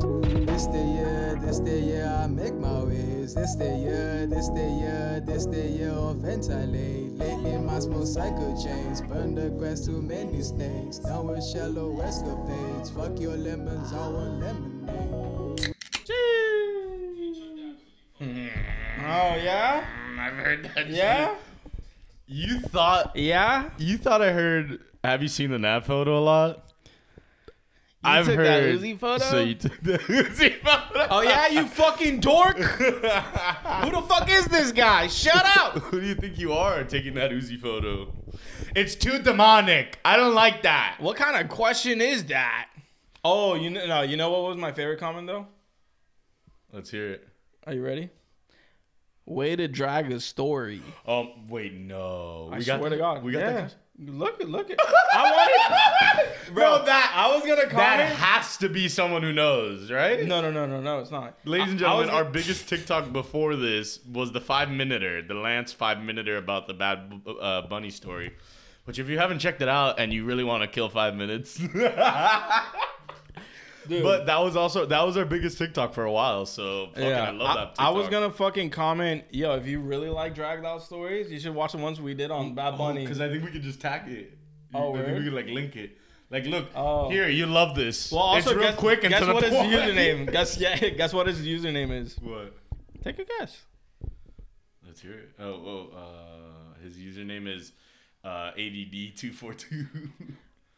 This the year, this the year I make my ways. This the year, this the year, this the year of ventilate. Lately my small cycle chains burn the grass too many snakes. Down with shallow escapades. Fuck your lemons, I want lemonade. Oh yeah, I've heard that. yeah, You thought yeah. you thought I heard. Have you seen the nap photo a lot? I've took that heard. Uzi photo? So you took the Uzi photo. Oh yeah, you fucking dork. Who the fuck is this guy? Shut up. Who do you think you are taking that Uzi photo? It's too demonic. I don't like that. What kind of question is that? Oh, you know, no, you know what was my favorite comment though? Let's hear it. Are you ready? Way to drag a story. Um, wait, no. I swear to God, we got yeah. that. Look at look at. I wanted, bro. No, that I was gonna That comment. has to be someone who knows, right? no, no, no, no, no. It's not. Ladies and I- I was gentlemen, gonna- our biggest TikTok before this was the five minuter, the Lance five minuter about the bad uh, bunny story. Which, if you haven't checked it out and you really want to kill five minutes, Dude. but that was also that was our biggest TikTok for a while. So fucking, I love that. TikTok. I was gonna fucking comment, yo, if you really like dragged out stories, you should watch the ones we did on Oh, Bad Bunny. because I think we could just tag it. Oh, I think word? we could like link it. Like, look Oh. here, you love this. well, also it's real guess, quick and guess to the what his point. username. guess yeah, guess what his username is. What? Take a guess. Let's hear it. Oh, oh, uh, his username is uh, ADD242.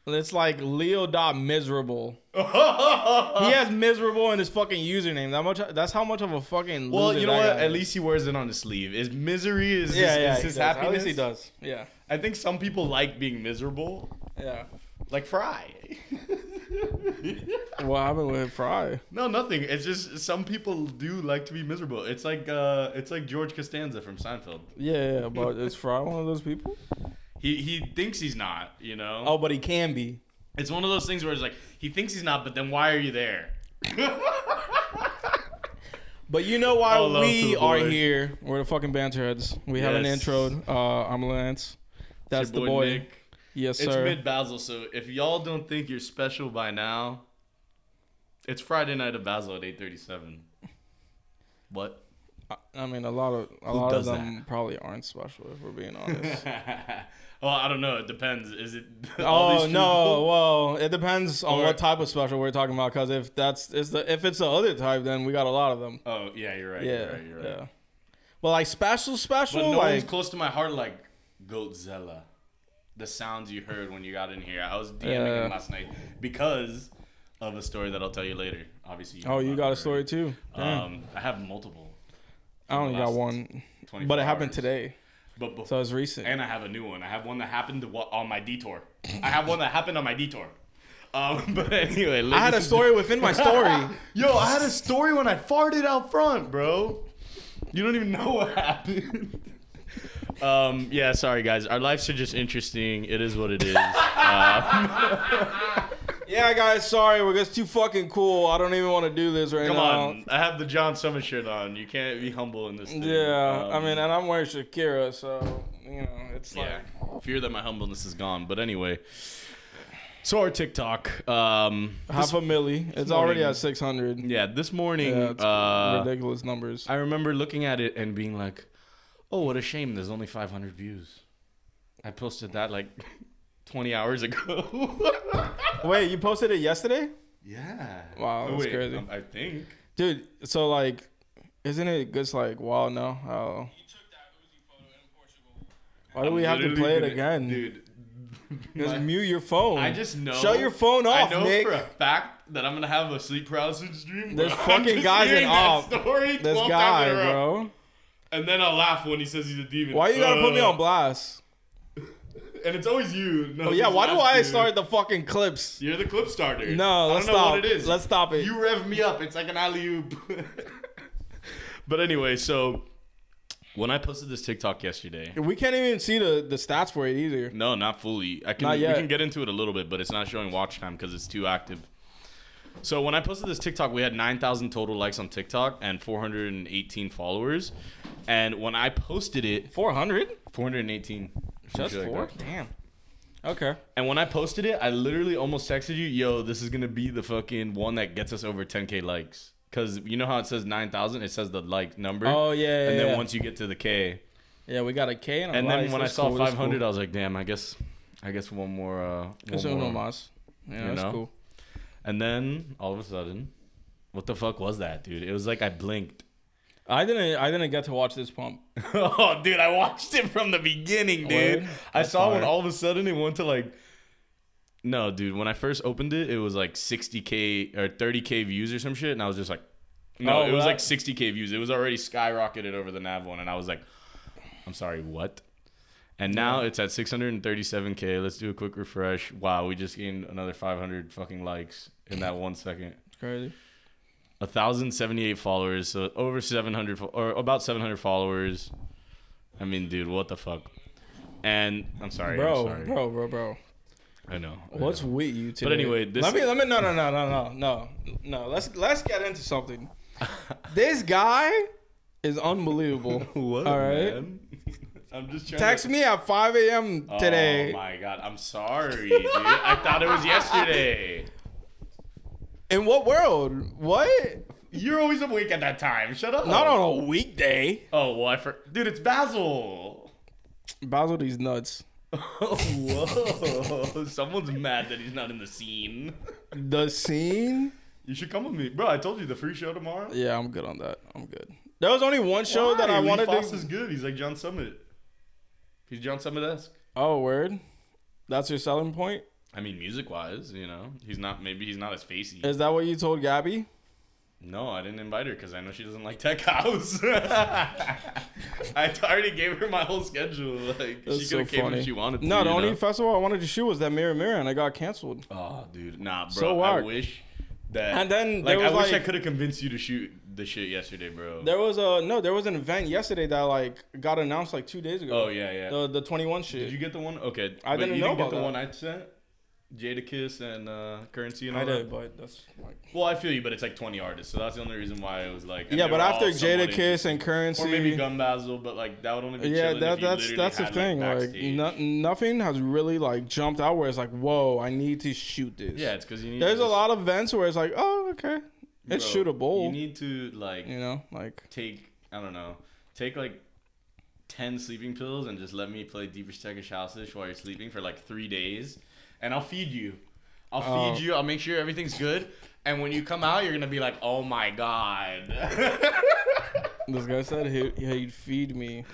It's like Leo dot miserable. well, He has miserable in his fucking username. That much. That's how much of a fucking. loser you know that what? guy At is. least he wears it on his sleeve. His misery is yeah, his, yeah. is he his does. At least happiness. he does. Yeah, I think some people like being miserable, yeah. like Fry. What happened with Fry? no, nothing. It's just some people do like to be miserable. It's like uh, it's like George Costanza from Seinfeld. Yeah, yeah, but is Fry one of those people? He he thinks he's not. You know. Oh, but he can be. It's one of those things where it's like he thinks he's not, but then why are you there? But you know why All Oh, love to we the are boy. here. We're the fucking banterheads. We have an Yes. intro. Uh, I'm Lance. That's Your the boy. Nick. Yes, It's sir. mid Basil, so if y'all don't think you're special by now, it's Friday night of Basil at eight thirty-seven. What? I- I mean, a lot of a lot of does them probably aren't special if we're being honest. well, I don't know. It depends. Is it? all oh these no! people? Well, it depends on Or- what type of special we're talking about. Because if that's is the if it's the other type, then we got a lot of them. Oh yeah, you're right. Yeah, you're right. You're right. yeah. Well, like special, But special, no one's like close to my heart like Goatzilla. The sounds you heard when you got in here. I was DMing Yeah. him last night because of a story that I'll tell you later. Obviously. oh, know you about got it a story already. too. Damn. Um, I have multiple. I only got last one, 24 but it happened hours. today, But before, so it's recent. and I have a new one. I have one that happened to wa- on my detour. I have one that happened on my detour. Um, but anyway, I had a ladies and story within my story. Yo, I had a story when I farted out front, bro. You don't even know what happened. Um, yeah, sorry guys. Our lives are just interesting. It is what it is. Yeah, guys, sorry, we're just too fucking cool. I don't even want to do this right Come now. on. I have the John Summit shirt on. You can't be humble in this thing. Yeah, Um, I mean, and I'm wearing Shakira, so you know, it's like yeah. Fear that my humbleness is gone. But anyway. So our TikTok. Um half a milli. It's already at 600. Yeah, yeah, this morning it's uh, ridiculous numbers. I remember looking at it and being like, "Oh, what a shame! There's only 500 views." I posted that like 20 hours ago. Wait, you posted it yesterday, yeah. Wow, that's wait, crazy. um, I think. dude? So like, isn't it just like wow? No, how? Why do we have to Literally, play it dude, again? dude? just my- mute your phone. I just know. Shut your phone off, I know Nick. for a fact that I'm gonna have a sleep paralysis dream. There's bro. I'm fucking just guys in hearing that off. Story this 12 guy, times in a row. bro. And then I'll laugh when he says he's a demon. Why you gotta put me Uh, on blast? And it's always you. No, Oh yeah, it's why do not I you. start the fucking clips? You're the clip starter. No, let's I don't know stop. what it is. Let's stop it. You rev me up. It's like an alley oop. but anyway, so when I posted this TikTok yesterday, We can't even see the, the stats for it either. no, not fully. I can Not we yet. can get into it a little bit, but it's not showing watch time because it's too active. So when I posted this TikTok, we had 9,000 total likes on TikTok and 418 followers. And when I posted it, 400? 418. Just something like four? that. Damn. Okay. And when I posted it, I literally almost texted you, yo, this is gonna be the fucking one that gets us over 10k likes. Because you know how it says 9,000? It says the like number. Oh, yeah, And yeah, then yeah. once you get to the K. Yeah, we got a K and a And then Vice. when I That's saw cool, that's 500, cool. I was like, damn, I guess I guess one more. Uh, It's one un more. nomás. Yeah, you that's know? cool. And then all of a sudden, what the fuck was that, dude? It was like I blinked. I didn't. I didn't get to watch this pump. oh, dude, I watched it from the beginning, dude. Word? I That's saw when fire. all of a sudden it went to like. No, dude, when I first opened it, it was like 60K or 30K views or some shit. And I was just like, no, Oh, it was that- like 60K views. It was already skyrocketed over the nav one. And I was like, I'm sorry, what? And now it's at 637K. Let's do a quick refresh. Wow, we just gained another 500 fucking likes in that one second. It's crazy. 1078 followers so over 700 fo- or about 700 followers i mean dude what the fuck and i'm sorry Bro, I'm sorry. bro, bro, bro. i know I What's know. with you today? anyway, this- let me let me no no no no no no no. Let's let's get into something. this guy is unbelievable. what All right. man? i'm just trying Text to- me at 5 a.m. today. oh my god i'm sorry dude i thought it was yesterday In what world? What? you're always awake at that time shut up Not on a weekday. oh well i for- dude it's basil Basil these nuts. whoa someone's mad that he's not in the scene The scene? you should come with me bro i told you the free show tomorrow Yeah, I'm good on that. I'm good. There was only one show that Why? I Lee wanted Foss to. is good. He's like John Summit. He's John Summit esque. Oh, word. That's your selling point. I mean, music wise, you know, he's not. Maybe he's not as facey. Is that what you told Gabby? no, I didn't invite her because I know she doesn't like Tech House. I t- already gave her my whole schedule. Like That's she so could have came funny. if she wanted to. No, the you only know? festival I wanted to shoot was that Mirror Mirror, and I got canceled. oh, dude, nah, bro. So I hard. wish that. And then there like, was I wish I like- could have convinced you to shoot the shit yesterday, bro. There was a no. There was an event yesterday that like got announced like two days ago. oh yeah, yeah. The the 21 shit. Did you get the one? Okay, I but didn't you know didn't get about the that. one I sent. Jadakiss and uh, currency and all I that. did, but that's like. Well, I feel you, but it's like 20 artists, so that's the only reason why it was like. and Yeah, they but were after all somewhat Jada Kiss and Currency, interesting. Or maybe Gun Basil, but like that would only be. yeah, chilling if that you that's literally that's the had, thing. Like, backstage. no, nothing has really like jumped out where it's like, whoa, I need to shoot this. Yeah, it's because you need. There's to a just- lot of events where it's like, oh, okay, it's bro, shootable. You, You need to like know, like take I don't know, take like ten sleeping pills and just let me play Deepish Turkish House-ish while you're sleeping for like three days, and I'll feed you. I'll Oh. feed you. I'll make sure everything's good. And when you come out, you're gonna be like, "Oh my god!" this guy said, he he'd feed me.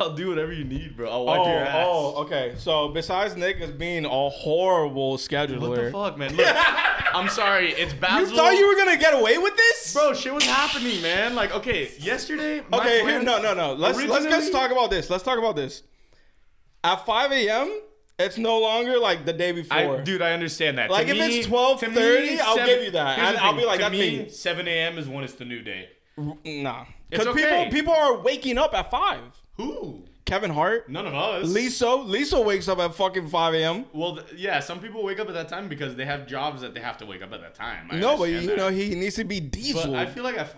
I'll do whatever you need, bro. I'll wipe your ass. oh, okay. So besides niggas being a horrible scheduler, What the fuck, man? Look, I'm sorry. It's you Basil. thought you were gonna get away with this, bro. Shit was happening, man. Like, okay, yesterday. my Okay, here, plan- no, no, no. Let's let's Originally- just talk about this. Let's talk about this. At 5 a.m., it's no longer like the day before. I, dude, I understand that. To Like, if it's me- 12:30, to me, I'll seven- give you that. Here's And the I'll thing. be like, to that's me, me. 7 a.m. is when it's the new day. Nah, It's because okay. people people are waking up at five. Who? Kevin Hart, None of us. Lisa, Lisa wakes up at fucking five a.m. Well, th- yeah, some people wake up at that time because they have jobs that they have to wake up at that time. I No, but understand you that. know he needs to be But diesel. I feel like at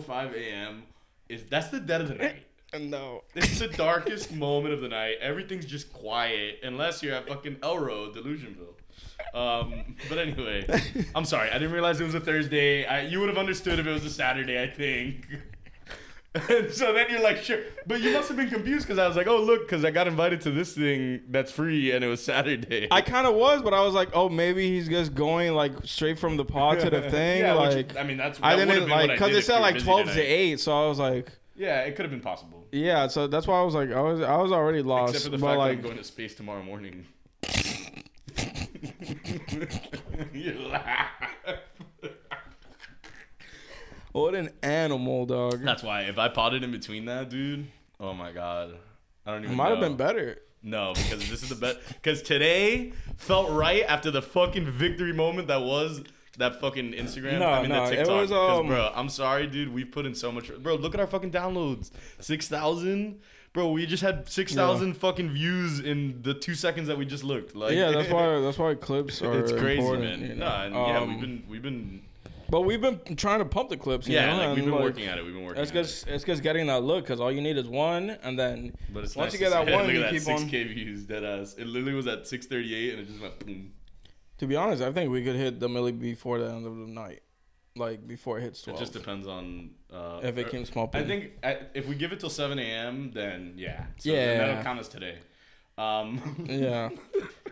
5:05 a.m. is that's the dead of the Eh, night. no, It's the darkest moment of the night. Everything's just quiet unless you're at fucking Elro Delusionville. Um, but anyway, I'm sorry. I didn't realize it was a Thursday. I, you would have understood if it was a Saturday, I think. And so then you're like, sure. But you must have been confused because I was like, oh, look, because I got invited to this thing that's free and it was Saturday. I kind of was, but I was like, oh, maybe he's just going like straight from the pod to the thing. Yeah, which- like I mean, that's I that would've didn't been what like I because did it if said you were like busy twelve to tonight. eight, so I was like, Yeah, it could have been possible. yeah. So that's why I was like, I was I was already lost. Except for the but fact that like, I'm going to space tomorrow morning. you laugh. what an animal, dog. That's why if I potted in between that, dude, oh my god. I don't even Might have know. been better. No, because this is the best because today felt right after the fucking victory moment that was that fucking Instagram. No, I mean no, the it TikTok. was, 'Cause, um, bro, I'm sorry, dude. We've put in so much bro, look at our fucking downloads. Six thousand. Bro, we just had six thousand fucking views in the two seconds that we just looked. Like Yeah, that's why that's why clips are it's crazy, important, man. you No, know? and yeah, Um, we've been we've been But we've been trying to pump the clips. You yeah, know? like, we've and, been like, working at it. We've been working. It's at it. just it's just getting that look because all you need is one, and then But it's once nice you to get see- that one, look you at that keep six on. K views. Dead ass. It literally was at six thirty eight, and it just went boom. To be honest, I think we could hit the milli before the end of the night. like before it hits It twelve. just depends on uh, If it or- came small I print. think I, if we give it till 7 a.m., then yeah. So Yeah. Then that'll count as today. Um, Yeah.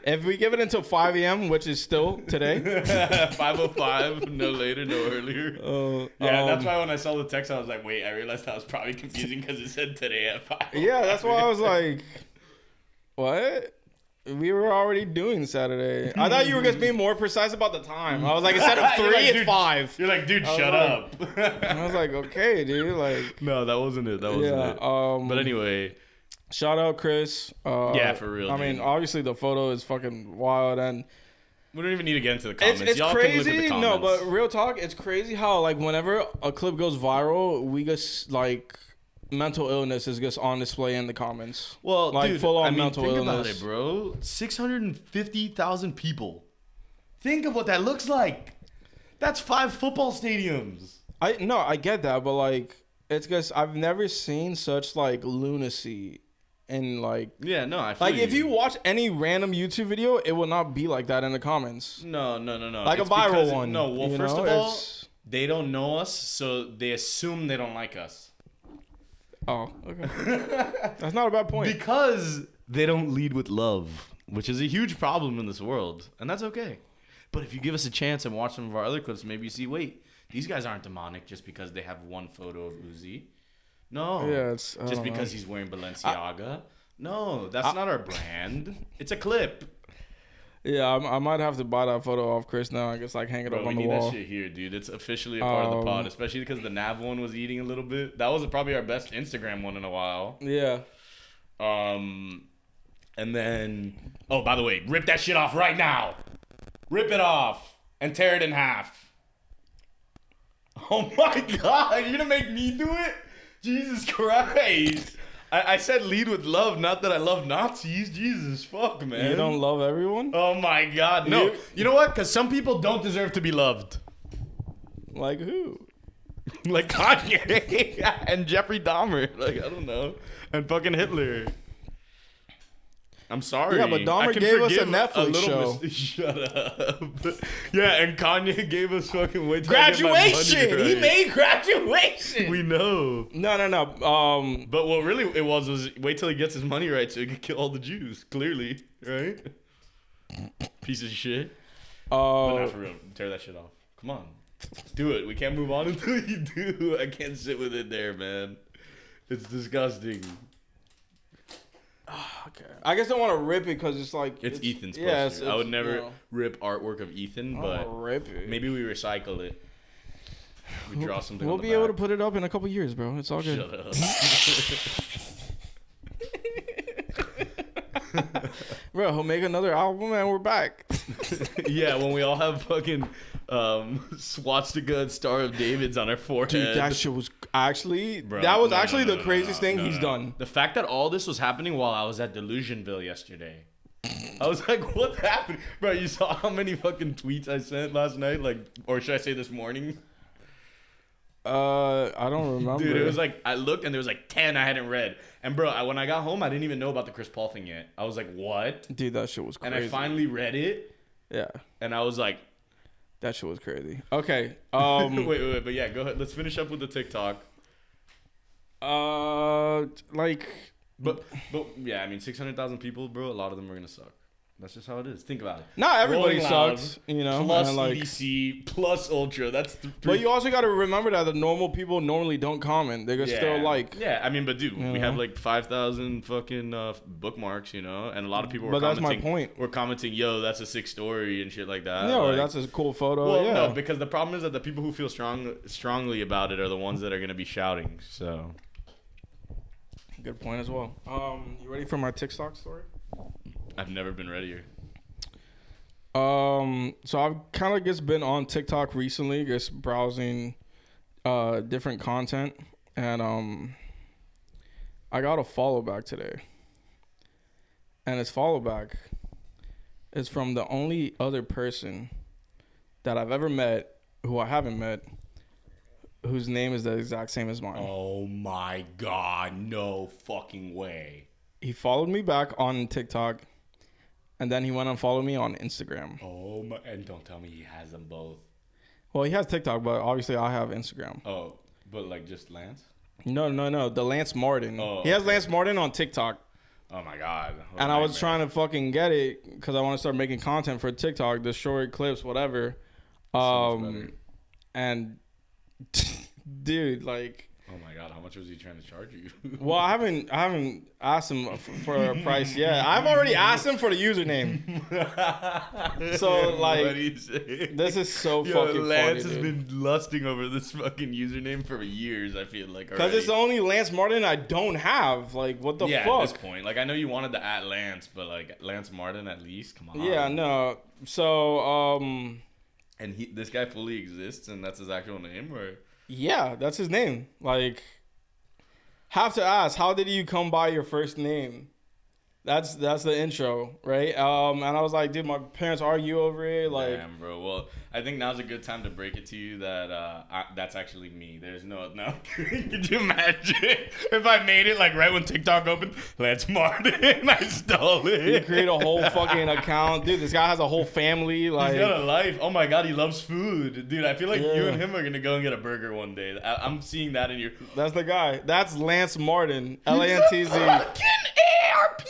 if we give it until five a.m., which is still today. 5:05, no later, no earlier. Uh, yeah, that's um, why when I saw the text, I was like, wait, I realized that was probably confusing because it said today at five. Yeah, that's why I was like, what? We were already doing Saturday. I thought you were just being more precise about the time. I was like, instead of You're three, like, it's dude. five. You're like, dude, I was shut like- up. And I was like, okay, dude. Like, no, that wasn't it. That wasn't yeah. it. Um, but anyway, shout out Chris. Uh, Yeah, for real, I dude. mean, obviously the photo is fucking wild and we don't even need to get into the comments. It's, it's Y'all crazy. can look at the no, comments. but real talk, it's crazy how like whenever a clip goes viral, we just like mental illness is just on display in the comments. Well, like dude, full on I mean, mental think illness, about it, bro. Six hundred and fifty thousand people. Think of what that looks like. That's five football stadiums. I no, I get that, but like it's because I've never seen such like lunacy and like Yeah, no, I feel like if you watch any random YouTube video, it will not be like that in the comments. no, no, no, no, Like a It's because- viral one, No, well, you first know, of all, it's- they don't know us, so they assume they don't like us Oh, okay. That's not a bad point. because they don't lead with love, which is a huge problem in this world, and that's okay. But if you give us a chance and watch some of our other clips, maybe you see, wait, these guys aren't demonic just because they have one photo of Uzi. No. Yeah, it's- I just don't know. because he's wearing Balenciaga. no, that's not our brand. It's a clip. yeah, I, I might have to buy that photo off Chris now. I guess like hang it up Bro, we on the need wall. that shit here, dude. It's officially a part of the pod, Um, especially because the Nav one was eating a little bit. That was probably our best Instagram one in a while. Yeah. Um, and then, oh, by the way, rip that shit off right now. Rip it off and tear it in half. Oh my god, you're gonna make me do it? Jesus Christ. I, I said lead with love, not that I love Nazis. Jesus fuck, man. You don't love everyone? Oh my god, no. You, You- know what? Because some people don't deserve to be loved. Like who? Like Kanye and Jeffrey Dahmer. Like, I don't know. And fucking Hitler. I'm sorry. Yeah, but Dahmer I can gave us a forgive Netflix show. mis- Shut up. yeah, and Kanye gave us fucking way Graduation! He made graduation! We know. No, no, no. Um But what really it was was wait till he gets his money right so he could kill all the Jews. Clearly, right? Piece of shit. But uh nah, for real, tear that shit off. Come on, do it. We can't move on until you do. I can't sit with it there, man. It's disgusting. Okay. I guess I want to rip it because it's like It's, Ethan's poster. yeah, it's- I would it's- never no. rip artwork of Ethan, I don't but wanna Oh, rip it. maybe we recycle it. We draw something. we'll on the be able to back. put it up in a couple years, bro. It's all good. Shut up. Bro, he'll make another album and we're back. yeah, when we all have fucking um, swastika and Star of David's on our forehead. Dude, that shit was actually Bro, that was no, no, actually no, the no, no, craziest no, thing no, he's no. done. The fact that all this was happening while I was at Delusionville yesterday. I was like, what happened? Bro, you saw how many fucking tweets I sent last night? Like, or should I say this morning? Uh, I don't remember. Dude, it was like, I looked and there was like 10 I hadn't read. And bro, I, when I got home, I didn't even know about the Chris Paul thing yet. I was like, what? dude, that shit was And crazy. I finally read it yeah, and I was like, that shit was crazy. Okay. Um. wait, wait, wait. But yeah, go ahead. Let's finish up with the TikTok. Uh, like, But but yeah, I mean, six hundred thousand people, bro. A lot of them are gonna suck. That's just how it is. Think about it. not everybody Rolling Loud, sucks, you know. Plus and, like, EDC, plus Ultra. That's th- three. but you also got to remember that the normal people normally don't comment. They're yeah. still like, Yeah, I mean, but dude, we know? have like five thousand fucking uh, bookmarks, you know, and a lot of people. Were But that's my commenting- point. We're commenting, yo, that's a sick story and shit like that. no, like- that's a cool photo. Well, yeah. no, because the problem is that the people who feel strong strongly about it are the ones that are gonna be shouting. So Good point as well. Um, you ready for my TikTok story? I've never been readier. Um, so I've kind of just been on TikTok recently, just browsing uh different content, and um, I got a follow back today, and this follow back is from the only other person that I've ever met who I haven't met, whose name is the exact same as mine. Oh my god, no fucking way. He followed me back on TikTok, and then he went and followed me on Instagram. Oh my, and don't tell me he has them both. Well, he has TikTok, but obviously I have Instagram. Oh, but like just Lance? No, no, no. The Lance Martin. Oh, he has okay. Lance Martin on TikTok. Oh my god. What a and I was nightmare. trying to fucking get it because I want to start making content for TikTok, the short clips, whatever. So much Um, better. and dude, like, Oh my god, how much was he trying to charge you? well, I haven't, I haven't asked him f- for a price yet. I've already asked him for the username. So, like, what do you say? This is so Yo, fucking Lance funny, has been lusting over this fucking username for years. I feel like because it's the already. only Lance Martin I don't have. Like, what the yeah. At this fuck? point, like I know you wanted the at Lance, but like Lance Martin at least, come on. Yeah, no. So, um, And he, this guy fully exists, and that's his actual name, or yeah, that's his name. Like, have to ask, how did you come by your first name? That's that's the intro, right? Um, and I was like, dude, my parents argue over it. Like, damn, bro. Well, I think now's a good time to break it to you that uh, I, that's actually me. There's no no. Could you imagine if I made it like right when TikTok opened? Let's Martin. I stole you it. create a whole fucking account, dude. This guy has a whole family. Like, He's got a life. Oh my god, he loves food, dude. I feel like you Yeah. and him are gonna go and get a burger one day. I, I'm seeing that in your. that's the guy. That's Lance Martin, L A N T Z. ARP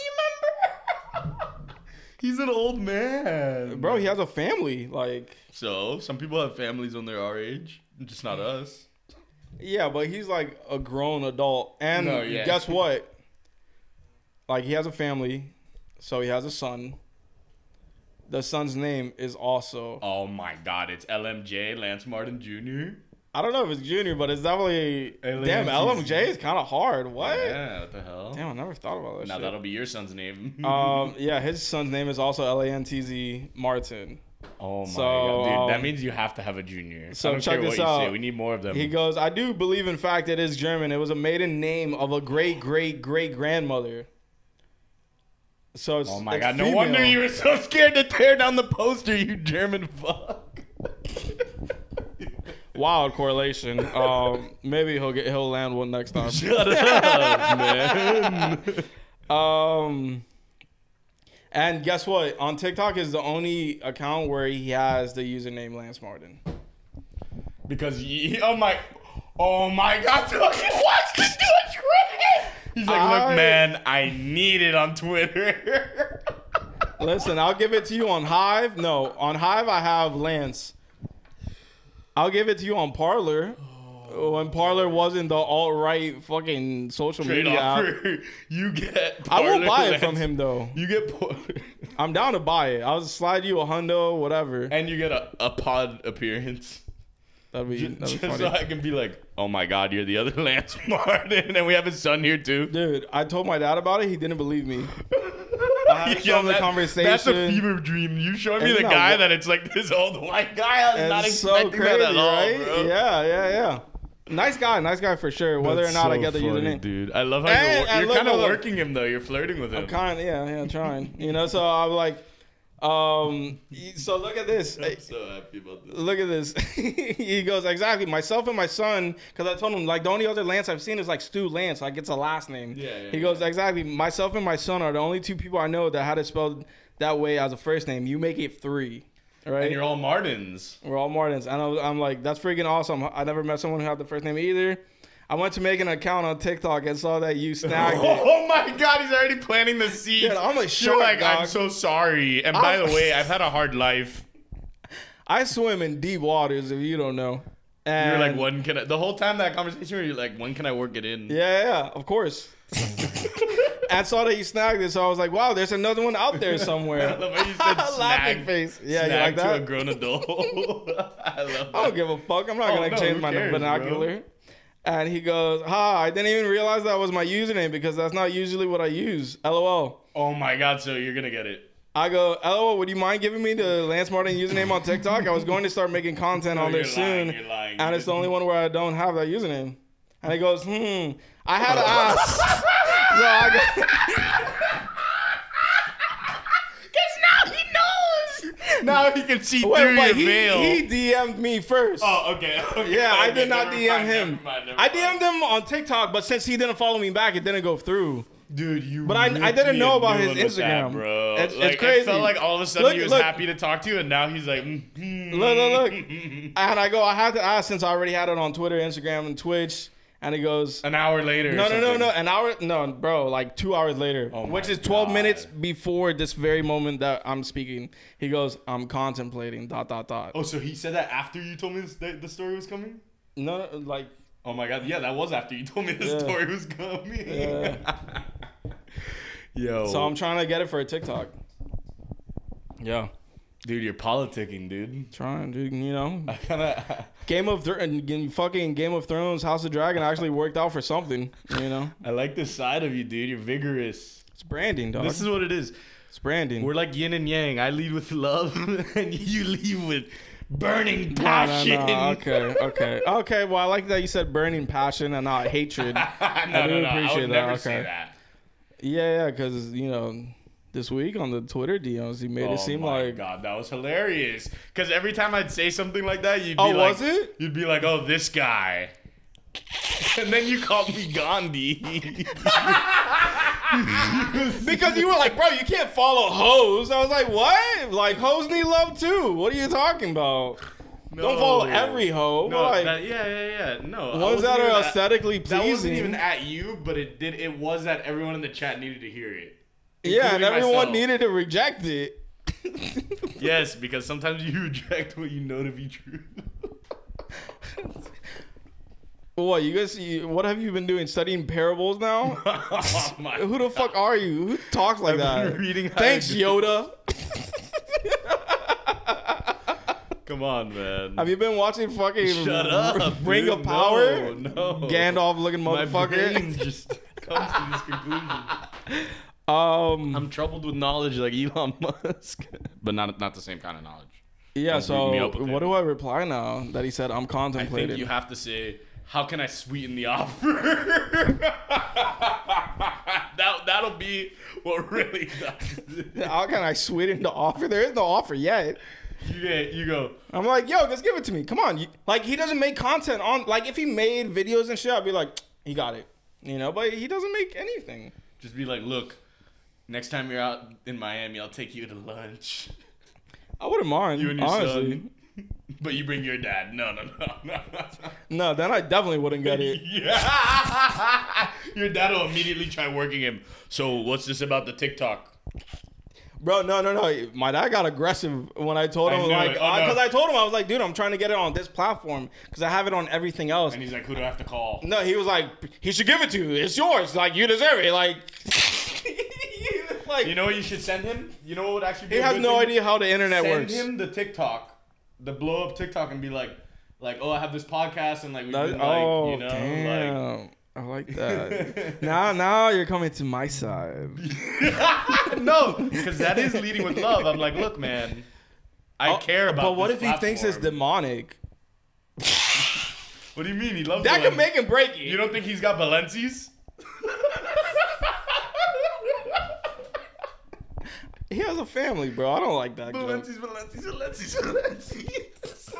member. He's an old man, Bro, he has a family. Like, So some people have families when they're our age, just not us. yeah, but he's like a grown adult. And No, yeah. guess what? Like, he has a family, so he has a son. The son's name is also Oh my God, it's LMJ, Lance Martin Jr. I don't know if it's junior, but it's definitely LMG. damn LMJ is kind of hard. What? Yeah, what the hell? Damn, I never thought about that. Now shit. that'll be your son's name. um, yeah, his son's name is also L A N T Z Martin. oh my so, God, dude, that um, means you have to have a junior. so I don't check care this what you out. say. We need more of them. He goes, I do believe in fact it is German. It was a maiden name of a great great great grandmother. So it's oh my it's God, no female. wonder you were so scared to tear down the poster, you German fuck. wild correlation. um, maybe he'll get he'll land one next time. Shut up, man. Um, and guess what? On TikTok is the only account where he has the username Lance Martin. Because he, oh my, oh my God, look, he wants to do a trip. He's like, I- look, man, I need it on Twitter. Listen, I'll give it to you on Hive. No, on Hive I have Lance. I'll give it to you on Parlor. Oh. When Parlor wasn't the all right fucking social Trade media app. offer. You get. I will Parler buy it from Lance. him though. You get Parler, I'm down to buy it. I'll slide you a hundo, whatever. and you get a, a pod appearance. That'd be, that'd be Just funny. so I can be like, oh my God, you're the other Lance Martin, and we have his son here too. Dude, I told my dad about it. He didn't believe me. I had to show him the That's a conversation. fever dream. You showed me Isn't the that guy wa- that it's like this old white guy. I was not It's expecting that at all, bro. Yeah, yeah, yeah. Nice guy, nice guy for sure. Whether That's or not I so get the funny, username, dude. I love how And I you're, love kind of how the- working him though. You're flirting with him. kind of yeah, yeah, trying. you know, so I'm like, um, so look at this. I'm so happy about this. Look at this. he goes exactly myself and my son because I told him like the only other Lance I've seen is like Stu Lance. Like it's a last name. Yeah, yeah, he goes yeah. exactly myself and my son are the only two people I know that had it spelled that way as a first name. You make it three, right? And you're all Martins. We're all Martins. And I was, I'm like, that's freaking awesome. I never met someone who had the first name either. I went to make an account on TikTok and saw that you snagged it. Oh my God, he's already planting the seeds. Dude, I'm a You're shark, like, I'm dog. so sorry. And by I'm- the way, I've had a hard life. I swim in deep waters, if you don't know. You're And like, when can I? The whole time that conversation, where you're like, when can I work it in? Yeah, yeah, of course. I saw that you snagged it, so I was like, wow, there's another one out there I somewhere. love how you said Laughing snag, face. Yeah, you snag like to that? a grown adult. I love that. I don't give a fuck. I'm not Oh, gonna no, change who my cares, binocular. And he goes, "Ha! I didn't even realize that was my username because that's not usually what I use." LOL. oh my God, so you're going to get it. I go, LOL, would you mind giving me the Lance Martin username on TikTok? I was going to start making content on Oh, you're there soon. lying, you're lying. And it's the only one where I don't have that username. And he goes, hmm, I had Oh. to ask. so I go, Because now he knows. Now he can see Wait, through but your he, veil. he DM'd me first. Oh, okay. okay. yeah, I Okay, did not never DM mind, him. never mind, never I mind. DM'd him on TikTok, but since he didn't follow me back, it didn't go through. Dude, you. But I- I ripped didn't me know a about new his one with that, Instagram. bro. It's- it's like, It crazy. felt like all of a sudden Look- he was look. happy to talk to you, and now he's like, mm Look, look, look. And I go, I had to ask since I already had it on Twitter, Instagram, and Twitch. And he goes, an hour later. or no, no, no, something. no. An hour, no, bro, like two hours later, Oh my which is 12 God. minutes before this very moment that I'm speaking. He goes, I'm contemplating, dot, dot, dot. Oh, so he said that after you told me this, the, the story was coming? No, no, like, Oh my god, yeah, that was after you told me the Yeah. story was coming. Yeah. Yo, so I'm trying to get it for a TikTok. Yeah. dude, you're politicking, dude. Trying, dude, you know. I kind of, Game of Thrones, fucking Game of Thrones, House of Dragon actually worked out for something, you know. I like this side of you, dude. You're vigorous. It's branding, dog. This is what it is. it's branding. We're like yin and yang. I lead with love, and you lead with burning No, no, passion. no. Okay, okay, okay. Well, I like that you said burning passion and not hatred. Yeah, no, do no, no. I appreciate would that, never okay. say that. yeah, because you know, this week on the Twitter DMs, you made Oh it seem my like god, that was hilarious. Because every time I'd say something like that, you'd be Oh, like, was it? You'd be like, "Oh, this guy," and then you called me Gandhi. because you were like, bro, you can't follow hoes. I was like, what? Like hoes need love too. What are you talking about? Don't follow No. every hoe. No, like that- yeah, yeah, yeah. No, I ones wasn't that even are at- aesthetically pleasing. That wasn't even at you, but it did. It was that everyone in the chat needed to hear it. yeah, and including everyone myself. needed to reject it. Yes, because sometimes you reject what you know to be true. What you guys? You, what have you been doing? Studying parables now? oh my Who the fuck are you? Who talks like I've that? been reading how Thanks, to- Yoda. Come on, man. Have you been watching fucking Shut up. Ring dude. of Power? No, no. Gandalf looking Oh. My brain motherfucker. just comes to this conclusion. Um, I'm troubled with knowledge like Elon Musk, but not not the same kind of knowledge. yeah. So me up with what it. do I reply now that he said I'm I think contemplating? you have to say, "How can I sweeten the offer?" that that'll be what really does. it. How can I sweeten the offer? There is no offer yet. you get you go. I'm like, yo, just give it to me. Come on. You- Like he doesn't make content on. Like if he made videos and shit, I'd be like, he got it. You know, but he doesn't make anything. Just be like, "Look, next time you're out in Miami, I'll take you to lunch." I wouldn't mind. You and your honestly. son. But you bring your dad. No, no, no, no. no. No, then I definitely wouldn't get it. Yeah. Your dad will immediately try working him. So what's this about the TikTok? Bro, no, no, no. My dad got aggressive when I told I him, knew like, it. Oh, no. because I told him I was like, dude, I'm trying to get it on this platform because I have it on everything else. And he's like, who do I have to call? no, he was like, he should give it to you. It's yours. Like you deserve it. Like, like You know what you should send him? You know what would actually be he a has good no thing? idea how the internet Send works. him the TikTok, the blow up TikTok, and be like, like, oh, I have this podcast, and like, we've That- been like, oh, you know, like. damn. I like that. now, now you're coming to my side. no, because that is leading with love. I'm like, look, man, I care about. Oh, But what this if he thinks it's platform." demonic? demonic? What do you mean? He loves That the can Lam- make and break it. You don't think he's got Balenci's? he has a family, bro. I don't like that. joke. Valenci's, Valenci's, Valenci's, Valenci's.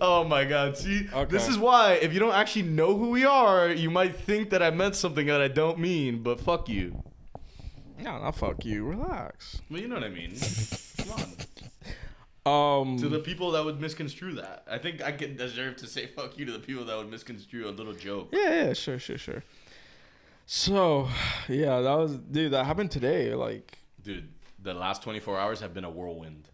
oh my God! See, this Okay. is why if you don't actually know who we are, you might think that I meant something that I don't mean. But fuck you. No, no, fuck you. Relax. Well, you know what I mean. Come on. Um, To the people that would misconstrue that, I think I can deserve to say fuck you to the people that would misconstrue a little joke. Yeah, yeah, sure, sure, sure. So, yeah, that was dude. That happened today. Like, Dude, the last 24 hours have been a whirlwind.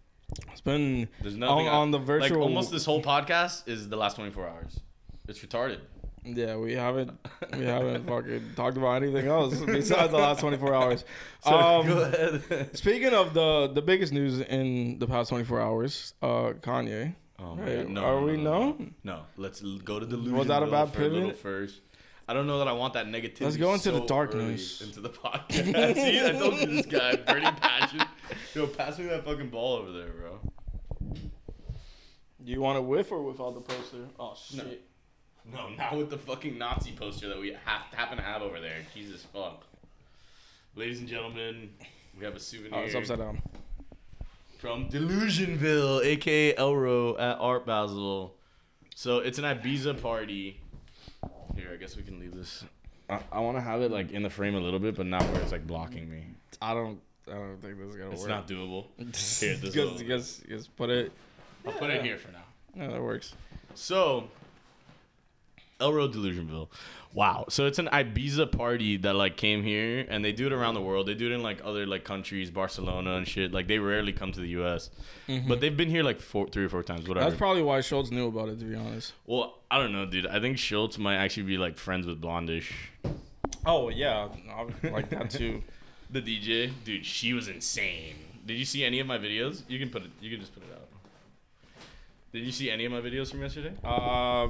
it's been There's on, nothing I- on the virtual. Like almost this whole podcast is the last 24 hours. It's retarded. Yeah, we haven't we haven't fucking talked about anything else besides the last 24 hours. So um, go ahead. Speaking of the the biggest news in the past 24 hours, uh, Kanye. Oh my Hey, god! No, are no, we no? no? No, let's l- go to delusion. Was that a bad for a little pivot? first? I don't know that I want that negativity. Let's go into the so dark early news. Into the podcast. See, I told you this guy, pretty passionate. Yo, pass me that fucking ball over there, bro. Do you want to with or without the poster? Oh shit! No, not with the fucking Nazi poster that we have happen to have over there. Jesus fuck. Ladies and gentlemen, we have a souvenir Oh, it's upside down. from Delusionville, aka Elro at Art Basel. So it's an Ibiza party. Here, I guess we can leave this I, I want to have it like in the frame a little bit, but not where it's like blocking me. I don't. I don't think this is gonna It's work. not doable. Here, this Just, will- just, just put it. I'll put it here for now. No, that works. So, Elro Delusionville. Wow. So it's an Ibiza party that like came here, and they do it around the world. They do it in like other like countries, Barcelona and shit. Like they rarely come to the U.S., but they've been here like four, three or four times. Whatever. That's probably why Schultz knew about it. To be honest. well, I don't know, dude. I think Schultz might actually be like friends with Blondish, Oh yeah, like that too. the DJ. Dude, she was insane. Did you see any of my videos? You can put it. You can just put it out. Did you see any of my videos from yesterday? Uh,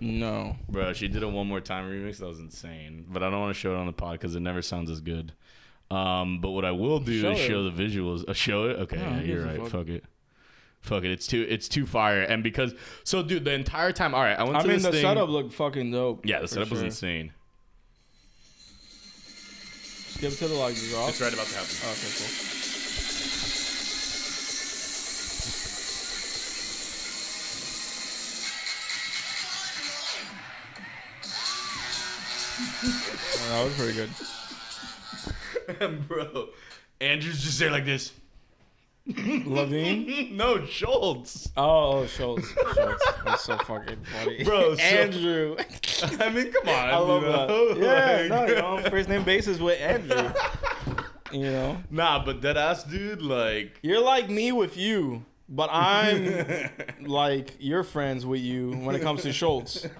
no. Bro, she did a one more time remix. That was insane. But I don't want to show it on the pod because it never sounds as good. Um, but what I will do Show is it. show the visuals. Uh, show it. Okay, Yeah, yeah, who you're gives a right. fuck? Fuck. it. Fuck it. It's too. It's too fire. And because so, dude, the entire time. All right, I went I to mean, this the thing- setup looked fucking dope. Yeah, the for setup was sure. insane. Skip to the like drop. right about to happen. Okay, cool. Oh, that was pretty good. bro, Andrew's just there like this. Levine? no, Schultz. Oh, oh, Schultz. Schultz. That's so fucking funny. Bro, so- Andrew. I mean, come on. I love you know? that. Yeah, Like- no, you know, first name basis with Andrew. You know? Nah, but that ass dude, like. You're like me with you, but I'm like your friends with you when it comes to Schultz.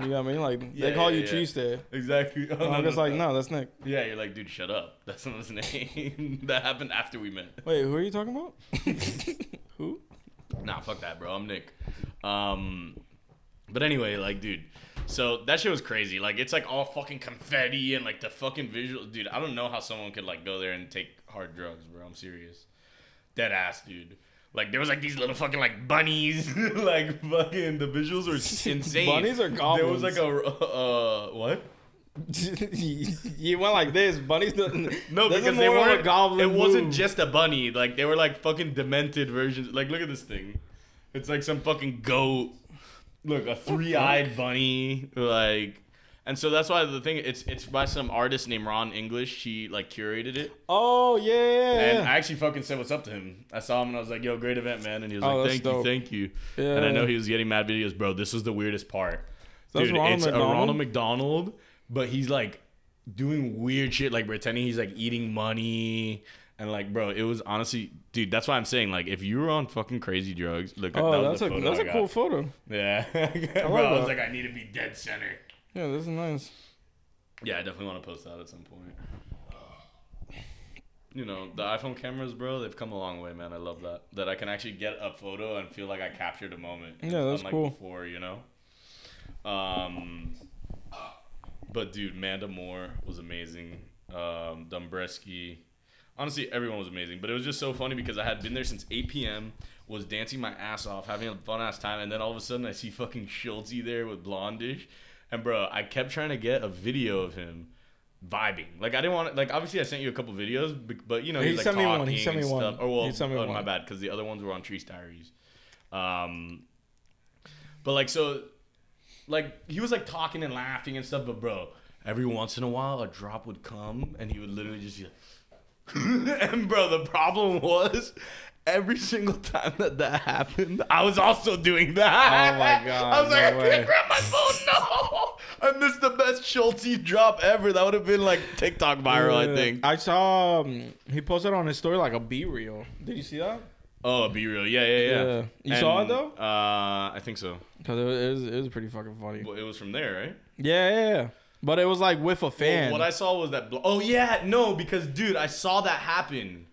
You know what I mean? Like Yeah, they call yeah, you yeah. Cheese there. Exactly. Oh, I'm just like, no, that's Nick. Yeah, you're like, dude, shut up. That's not his name. that happened after we met. Wait, who are you talking about? who? Nah, fuck that, bro. I'm Nick. Um, but anyway, like, dude, so that shit was crazy. Like, it's like all fucking confetti and like the fucking visual, dude. I don't know how someone could like go there and take hard drugs, bro. I'm serious. Dead ass, dude. Like there was like these little fucking like bunnies, like fucking the visuals were insane. Bunnies or There was goblins? like a uh what? you went like this. Bunnies doesn't. No, doesn't because they more of a weren't. goblin it wasn't move. just a bunny. Like they were like fucking demented versions. Like look at this thing. It's like some fucking goat. Look, a three-eyed bunny. Like, and so that's why the thing. It's it's by some artist named Ron English. She like curated it, Oh yeah, yeah, yeah. and I actually fucking said what's up to him. I saw him and I was like, "Yo, great event, man!" And he was Oh, like, that's "Thank dope. you, thank you." Yeah. And I know he was getting mad videos, bro. This was the weirdest part. That's Dude, Ronald it's McDonald? a Ronald McDonald, but he's like doing weird shit, like pretending he's like eating money. And like, bro, it was honestly, dude. That's why I'm saying, like, if you were on fucking crazy drugs, look, that oh, was that's the a photo that's I a cool got. photo. yeah, bro, like I was that. like, I need to be dead center. Yeah, this is nice. Yeah, I definitely want to post that at some point. You know, the iPhone cameras, bro, they've come a long way, man. I love that. That I can actually get a photo and feel like I captured a moment. Yeah, that's unlike cool. Before, you know. Um, but dude, Manda Moore was amazing. Um, Dombreski. Honestly, everyone was amazing, but it was just so funny because I had been there since 8 p.m., was dancing my ass off, having a fun ass time, and then all of a sudden I see fucking Schultzy there with Blondish, and bro, I kept trying to get a video of him vibing. Like I didn't want, like obviously I sent you a couple videos, b- but you know He he's like sent me one, talking he sent and me one, stuff. Or well, he sent me oh, one. my bad, because the other ones were on Trees Diaries. Um, but like so, like he was like talking and laughing and stuff. But bro, every once in a while, a drop would come, and he would literally just be like, and bro, the problem was. Every single time that that happened, I was also doing that. Oh my God, I was like, no I way. can't grab my phone. No, I missed the best Schulte drop ever. That would have been like TikTok viral, I Yeah. think. I saw um, he posted on his story like a B reel. Did you see that? Oh, be real, yeah, yeah, yeah. Yeah. You saw it, though? Uh, I think so. Cause it was, it was, it was pretty fucking funny. Well, it was from there, right? Yeah, yeah, yeah. But it was like with a fan. Oh, What I saw was that. Bl- oh yeah, no, because dude, I saw that happen,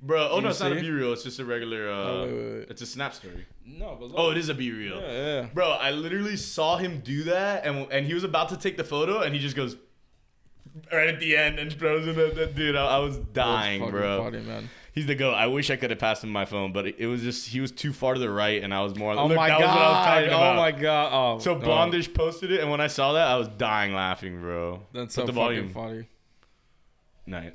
bro. Oh You no, it's not a see? B reel. It's just a regular. Uh, Oh, wait, wait, wait. It's a snap story. no, but Oh, it is a B reel. Yeah, yeah. Bro, I literally saw him do that, and and he was about to take the photo, and he just goes right at the end and throws it. At the, dude, I, I was dying, fucking bro. funny, man. He's the goat. I wish I could have passed him my phone, but it, it was just he was too far to the right, and I was more. Oh Look, my god! that Was what I was talking about. Oh my god! Oh, So oh. Blondish posted it, and when I saw that, I was dying laughing, bro. That's so Put the the fucking volume. funny. Night.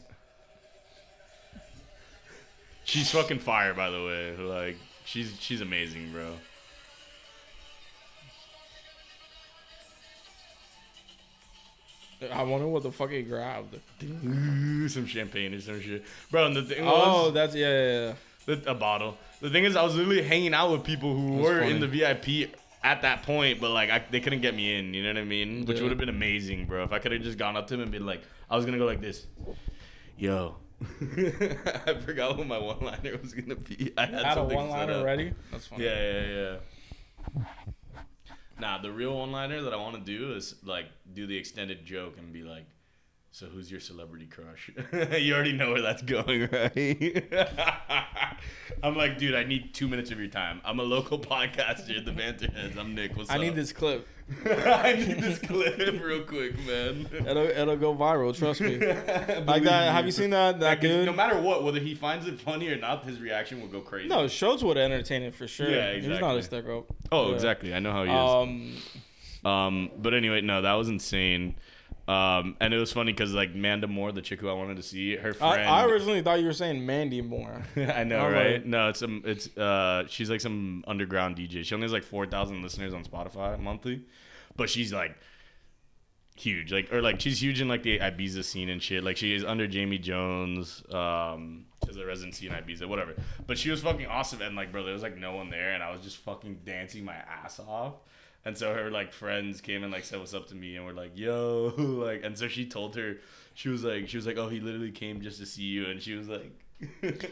She's fucking fire, by the way. Like she's she's amazing, bro. I wonder what the fuck he grabbed. Ooh, some champagne or some shit, bro. And the thing Oh, was, that's yeah, yeah, yeah. the- a bottle. The thing is, I was literally hanging out with people who That's were in funny. the VIP at that point, but like I, they couldn't get me in. You know what I mean? Which Yeah. would have been amazing, bro. If I could have just gone up to him and been like, I was gonna go like this, yo. I forgot what my one liner was gonna be. I had, Had a something one set liner up. ready. That's funny. Yeah, yeah, yeah. Nah, the real one liner that I want to do is like do the extended joke and be like, "So who's your celebrity crush?" you already know where that's going, right? I'm like, dude, I need two minutes of your time. I'm a local podcaster, the Banterheads. I'm Nick. What's I up? need this clip. I need this clip real quick, man. It'll it'll go viral. Trust me. like Believe that. Have me. you seen that that Because dude? No matter what, whether he finds it funny or not, his reaction will go crazy. No, Schultz would entertain it for sure. Yeah, He's not exactly. a stick up. Oh, Yeah. exactly. I know how he is. Um, Um, but anyway, no, that was insane. Um, and it was funny because like Manda Moore, the chick who I wanted to see, her I, friend. I originally thought you were saying Mandy Moore. I know, I'm right? like- no, it's um, it's uh, she's like some underground DJ. She only has like four thousand listeners on Spotify monthly, but she's like huge, like or like she's huge in like the Ibiza scene and shit. Like she is under Jamie Jones, um, as a residency in Ibiza, whatever. But she was fucking awesome, and like, bro, there was like no one there, and I was just fucking dancing my ass off. And so her like friends came and like said what's up to me and were like, yo, like and so she told her she was like she was like, Oh, he literally came just to see you and she was like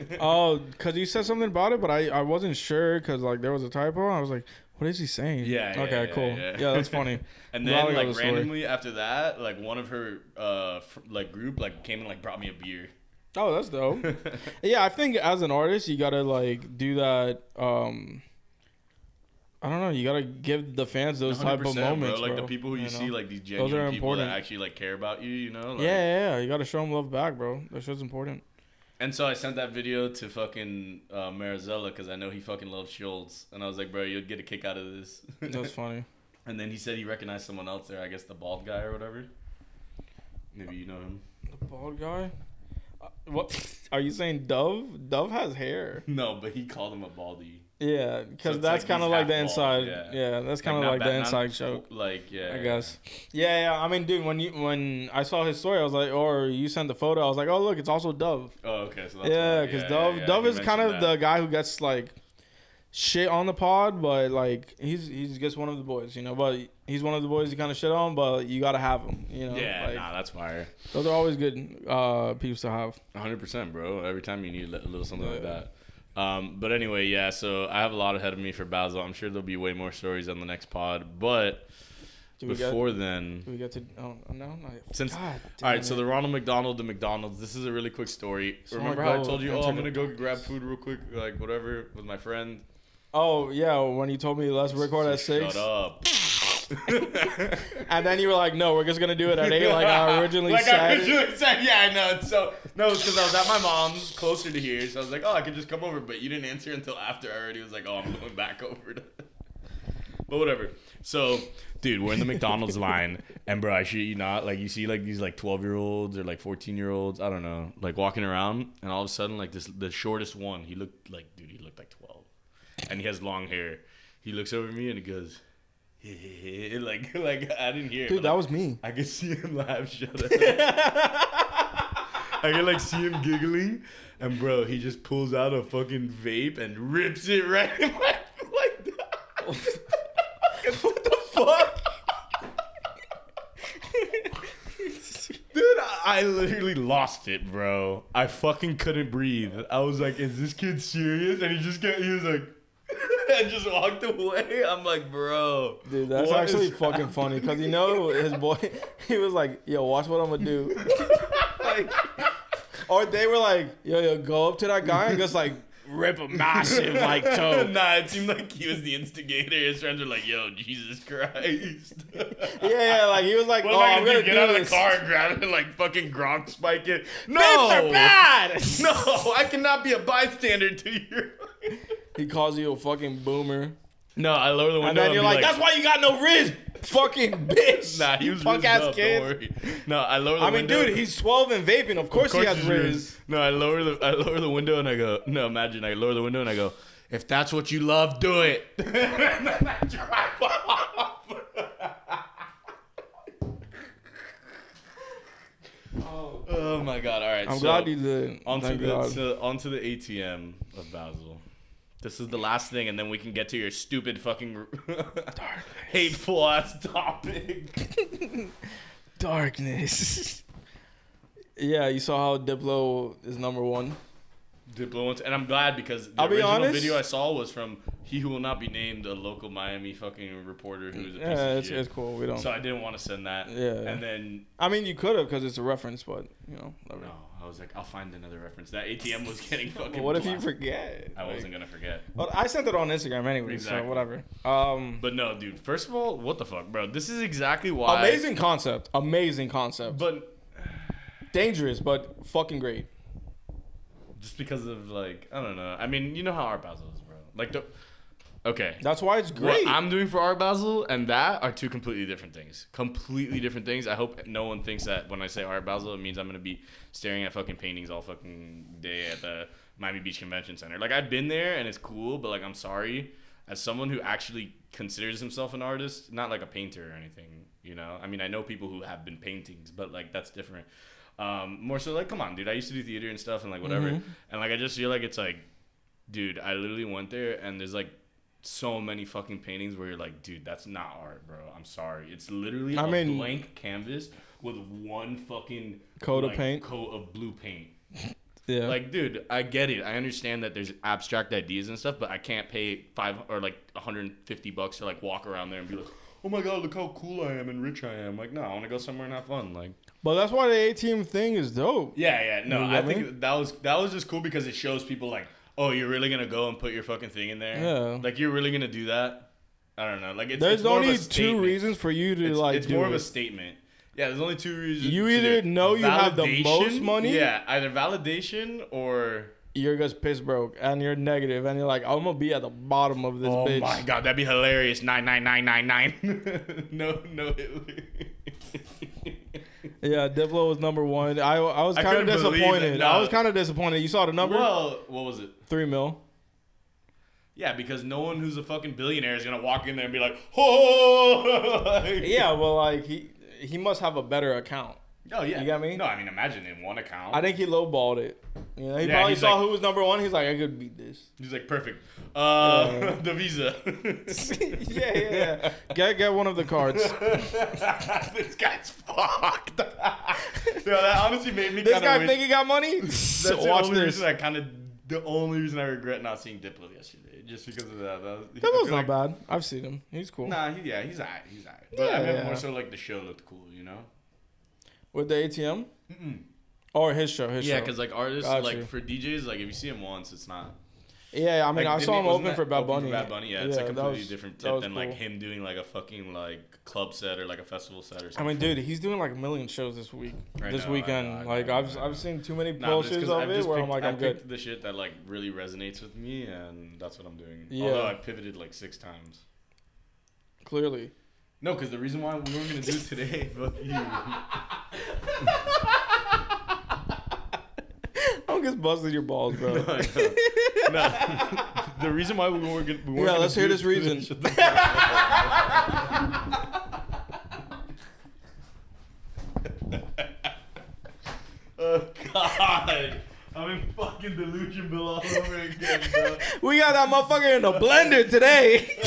Oh, because you said something about it, but I, I wasn't sure because like there was a typo. I was like, what is he saying? Yeah. yeah, okay. yeah, cool. Yeah, that's funny. and Glad I then got the like story. randomly after that, like one of her uh fr- like group like came and like brought me a beer. Oh, that's dope. yeah, I think as an artist, you gotta like do that. Um, I don't know. You gotta give the fans those type of 100%, bro. moments, Like bro, the people who you, see, know? like these genuine are people important. that actually like care about you. You know. Like, yeah, yeah, yeah, you gotta show them love back, bro. That shit's important. And so I sent that video to fucking uh, Marizella because I know he fucking loves Schultz, and I was like, bro, you'll get a kick out of this. That's funny. and then he said he recognized someone else there. I guess the bald guy or whatever. Maybe you know him. The bald guy. Uh, What are you saying? Dove? Dove has hair. No, but he called him a baldy. Yeah, because it's that's like kind of he's like the half bald, inside. yeah. yeah. that's kind of not like, bad- the not inside cool- joke. Like yeah, I guess. Yeah, yeah. I mean, dude, when you when I saw his story, I was like, or you sent the photo, I was like, oh look, it's also Dove. Oh, okay. So that's Yeah, why- because yeah, Dove yeah, Dove he is kind of mentioned the that. guy who gets like shit on the pod, but like he's he's just one of the boys, you know. But he's one of the boys you kind of shit on, but you gotta have him, you know. Yeah, like, nah, that's fire. those are always good uh peeps to have. 100%, bro. Every time you need a li- a little something like Yeah. that. Um, but anyway, yeah, so I have a lot ahead of me for Basil. I'm sure there'll be way more stories on the next pod. But Do we before get? then, Do we get to? Oh no, no. since. God all damn right, so it. the Ronald McDonald to McDonald's. This is a really quick story. So I'm Remember gonna how I go told you, and oh, take a- I'm gonna go grab food real quick, like whatever, with my friend. oh yeah, when you told me let's record at six, Shut up. and then you were like, no, we're just gonna do it at eight, like I originally like said. I originally said, yeah, I know. It's So no, it's because I was at my mom's, closer to here, so I was like, oh, I could just come over. But you didn't answer until after I already was like, oh, I'm going back over. To... but whatever. So, dude, we're in the McDonald's line, and bro, I shit you not, like you see like these like 12 year olds or like 14 year olds, I don't know, like walking around, and all of a sudden like this the shortest one, he looked like dude, he looked like 12, and he has long hair. He looks over at me and he goes. like, like I didn't hear. it, Dude, but, that like, was me. I could see him laugh. Shut up. I could like see him giggling, and bro, he just pulls out a fucking vape and rips it right in my like that. what the fuck? Dude, I- I literally lost it, bro. I fucking couldn't breathe. I was like, "Is this kid serious?" And he just got, he was like, and just walked away. I'm like, bro, Dude, that's what actually is fucking funny because you know his boy, he was like, "Yo, watch what I'm gonna do," like, or they were like, "Yo, yo, go up to that guy and just like rip a massive like toe." nah, it seemed like he was the instigator. His friends were like, "Yo, Jesus Christ!" Yeah, yeah, like he was like, What "Oh, am I I'm gonna gonna, do? Get do out of this." the car and grab it and like fucking Gronk spike it? No, Vapes are bad. no, I cannot be a bystander to you. He calls you a fucking boomer, no, I lower the window. and then you're like, "That's why you got no wrist, fucking bitch." Nah, he you was punk punk ass up, kid. Don't worry. No, I lower the I mean, window. dude, he's 12 and vaping. Of course, he has he's riz. wrist. No, I lower the I lower the window and I go. No, imagine I lower the window and I go. If that's what you love, do it. And then I drive off. Oh my god! All right, I'm so glad you did. onto Thank the God. to, onto the ATM of Basel. This is the last thing, and then we can get to your stupid fucking hateful ass topic. Darkness. yeah, you saw how Diplo is number one. Diplo wants, and I'm glad because the I'll be original honest. video I saw was from he who will not be named, a local Miami fucking reporter who was a piece Yeah, of it's, shit. it's cool. We don't. So I didn't want to send that. Yeah. And then I mean, you could have because it's a reference, but you know. whatever. no, I was like, I'll find another reference. That ATM was getting fucking. But what if you blasted. forget? I Like- wasn't gonna forget. Well, I sent it on Instagram anyway, so Exactly. whatever. Um, But no, dude. First of all, what the fuck, bro? This is exactly why. amazing concept. Amazing concept. But Dangerous, but fucking great. just because of like, I don't know. I mean, you know how Art Basel is, bro. Like the. Okay. That's why it's What great. I'm doing for Art Basel and that are two completely different things. Completely different things. I hope no one thinks that when I say Art Basel, it means I'm gonna be staring at fucking paintings all fucking day at the Miami Beach Convention Center. Like I've been there and it's cool, but like I'm sorry, as someone who actually considers himself an artist, not like a painter or anything. You know, I mean, I know people who have been paintings, but like that's different. Um, more so, like, come on, dude. I used to do theater and stuff, and like whatever. Mm-hmm. And like, I just feel like it's like dude, I literally went there and there's like so many fucking paintings where you're like, dude, that's not art, bro. I'm sorry. It's literally I a mean- blank canvas with one fucking Coat of like, paint. coat of blue paint. yeah. Like, dude, I get it. I understand that there's abstract ideas and stuff, but I can't pay five or like 150 bucks to like walk around there and be like, oh my god, look how cool I am and rich I am. Like, no, I want to go somewhere and have fun. Like, but that's why the A team thing is dope. yeah, yeah. No, You know I what I think that was that was just cool because it shows people like, oh, you're really gonna go and put your fucking thing in there. Yeah. Like you're really gonna do that. I don't know. Like it's, There's it's more of a only two statement. reasons for you to It's, like it's do more of it. a statement. Yeah, there's only two reasons. You to do either it. know you have the most Validation- money- Yeah, either validation or you're just piss broke and you're negative and you're like, I'm gonna be at the bottom of this oh bitch. my god, that'd be hilarious. Nine nine nine nine nine. no, no Hitler. Yeah, Diplo was number one. I, I was I kind of couldn't believe disappointed. it. I No. was kind of disappointed. You saw the number well, what was it? three mil. Yeah, because no one who's a fucking billionaire is gonna walk in there and be like, "Oh, like- Yeah, well, like he he must have a better account. Oh yeah. You got me? No, I mean imagine in one account. I think he lowballed it. You know, he Yeah, probably he's saw like- who was number one. He's like, I could beat this. He's like perfect. Uh, the visa. yeah, yeah, yeah. Get get one of the cards. this guy's fucked. Yo, that honestly made me. this kinda guy wish- think he got money. That's the Watch only this. reason I kind of. The only reason I regret not seeing Diplo yesterday, just because of that. That was, I That feel was not like- bad. I've seen him. He's cool. Nah, he, yeah, he's alright. He's alright. But I Yeah, meant yeah. more so like the show looked cool, you know. With the ATM. Or Oh, his show. His Yeah, show. because like artists, Got like you. for DJs, like if you see him once, it's not. Yeah, I mean, like, I didn't saw he- him wasn't open that for Bad open Bunny. Bad Bunny, yeah, it's a that completely was- different that tip was than like cool. him doing like a fucking like club set or like a festival set or I something. mean, dude, he's doing like a million shows this week, I this know, I weekend. know, I know, like, I know, I've I know. I've seen too many Nah, but it's posters 'cause of I've it just where I'm picked- like, I I'm good. picked The shit that like really resonates with me, and that's what I'm doing. Yeah. Although I pivoted like six times. Clearly, No, because the reason why we weren't gonna do it today, fuck you. I'm just busting your balls, bro. No, I know. No. the reason why we weren't gonna. We weren't yeah, gonna let's do hear it this today- reason. Shut the fuck up. oh God, I'm in fucking delusional all over again, bro. we got that motherfucker in the blender today.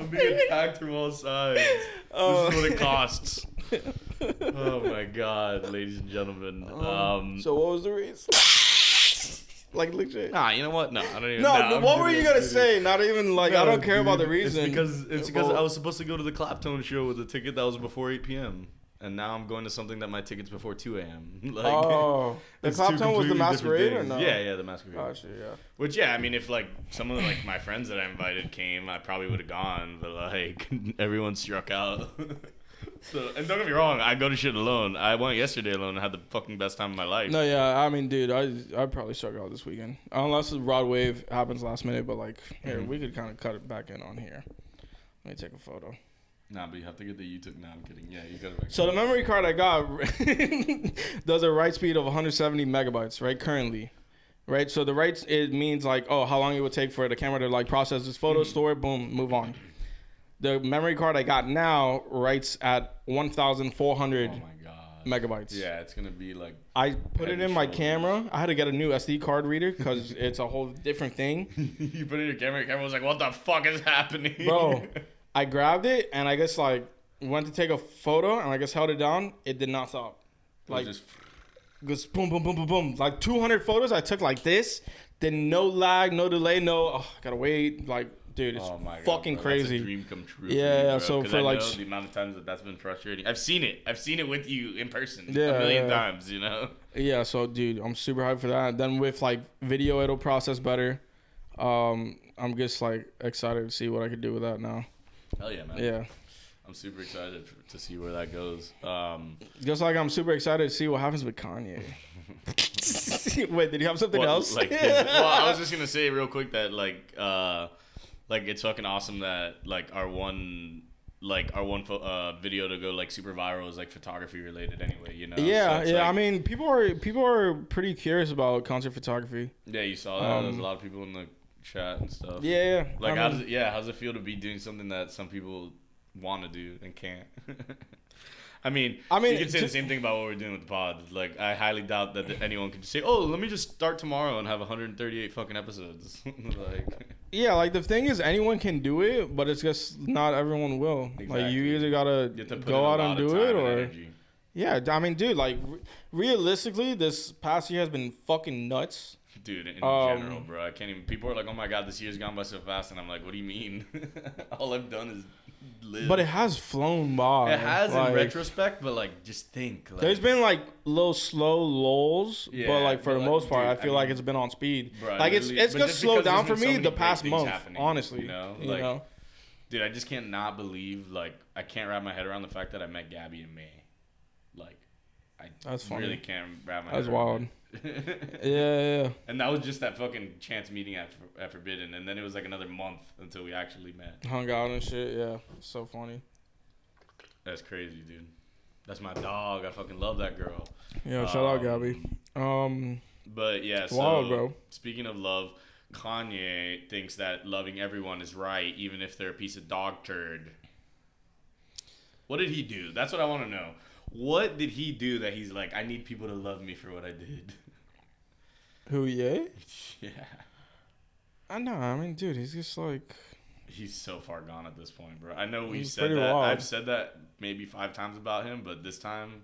I'm being attacked from all sides. Oh. This is what it costs. Oh my god, ladies and gentlemen. Um, So what was the reason? like legit. nah, you know what? No, I don't even. No, nah, but I'm what good, were you I'm gonna good. say? Not even like I No, don't care about the dude, reason. Uh, It's because it's because Well, I was supposed to go to the Claptone show with a ticket that was before 8 p.m. and now I'm going to something that my ticket's before 2 a.m. like, Oh, the it's two Clapton was the completely different masquerade or things. no? Yeah, yeah, the masquerade. Gotcha, yeah. Which yeah, I mean, if like some of like my friends that I invited came, I probably would have gone, but like everyone struck out. so and don't get me wrong, I go to shit alone. I went yesterday alone and had the fucking best time of my life. No, yeah. I mean, dude, I I probably struck out this weekend unless the Rod Wave happens last minute. But like, here Mm-hmm. we could kind of cut it back in on here. Let me take a photo. Nah, but you have to get the you took. Nah, I'm kidding. Yeah, you gotta. So the memory card I got does a write speed of 170 megabytes, right? Currently, right? So the writes it means like, oh, how long it would take for the camera to like process this Mm-hmm. photo, store it, boom, move on. The memory card I got now writes at 1,400 oh my god. Mm. megabytes. Yeah, it's gonna be like I put it and in my shoulders. camera. I had to get a new SD card reader because it's a whole different thing. you put it in your camera. Your camera was like, "What the fuck is happening, Bro, I grabbed it and I guess like went to take a photo and I just held it down. It did not stop. Like just just boom, boom, boom, boom, boom. Like 200 photos I took like this. Then no lag, no delay, no. Oh, gotta wait. Like, dude, it's oh my God, fucking bro, that's a crazy. dream come true. Yeah, for you, yeah, bro, so 'cause for, I like, know sh- the amount of times that that's been frustrating. I've seen it. I've seen it with you in person Yeah, a million yeah. times. You know. Yeah, so dude, I'm super hyped for that. Then with like video, it'll process better. Um, I'm just like excited to see what I could do with that now. Hell yeah, man. Yeah, I'm super excited f- to see where that goes. Um, just like I'm super excited to see what happens with Kanye. Wait, did you have something what- else? Like, well, I was just gonna say real quick that like, uh, like it's fucking awesome that like our one. Like our one pho- uh, video to go like super viral is like photography related anyway, you know. So yeah, it's, yeah. like- I mean, people are people are pretty curious about concert photography. yeah, you saw that. There's um, a lot of people in the chat and stuff. Yeah, yeah. Like, I how mean, does it, yeah, how does it feel to be doing something that some people want to do and can't? I mean, I I mean, mean, you could say to- the same thing about what we're doing with the pod. Like, I highly doubt that anyone could say, "Oh, let me just start tomorrow and have 138 fucking episodes." like, yeah, like the thing is, anyone can do it, but it's just not everyone will. Like you Exactly. either gotta you have to put in a go out and lot of do time it, and or energy. Yeah, I mean, dude, like re- realistically, this past year has been fucking nuts. dude, in Um, general, bro, I can't even. People are like, "Oh my god, this year's gone by so fast," and I'm like, "What do you mean? All I've done is live." But it has flown by. It has like, in retrospect, but like, just think. Like, There's been like little slow lulls, Yeah, but like for but, the like, most part, dude, I feel I like mean- it's been on speed. Bro, I like it's literally- it's but just just slowed because there's down for been so me many the great past things month, happening, honestly. you know? You Like- know? Dude, I just can't not believe like I can't wrap my head around the fact that I met Gabby in May. Like, I That's funny. really can't wrap my That's head wild. around it. Yeah, yeah, yeah. and that was just that fucking chance meeting at, For- at Forbidden, and then it was like another month until we actually met. hung out and shit. Yeah, so funny. That's crazy, dude. That's my dog. I fucking love that girl. Yeah, shout out Um, Gabby. Um, But yeah, so Wild, bro. speaking of love, Kanye thinks that loving everyone is right, even if they're a piece of dog turd. What did he do? That's what I want to know. What did he do that he's like, I need people to love me for what I did? who? Yeah, yeah. I know. I mean, dude, he's just like He's so far gone at this point, bro. I know we He's said pretty that. wild. I've said that maybe five times about him, but this time,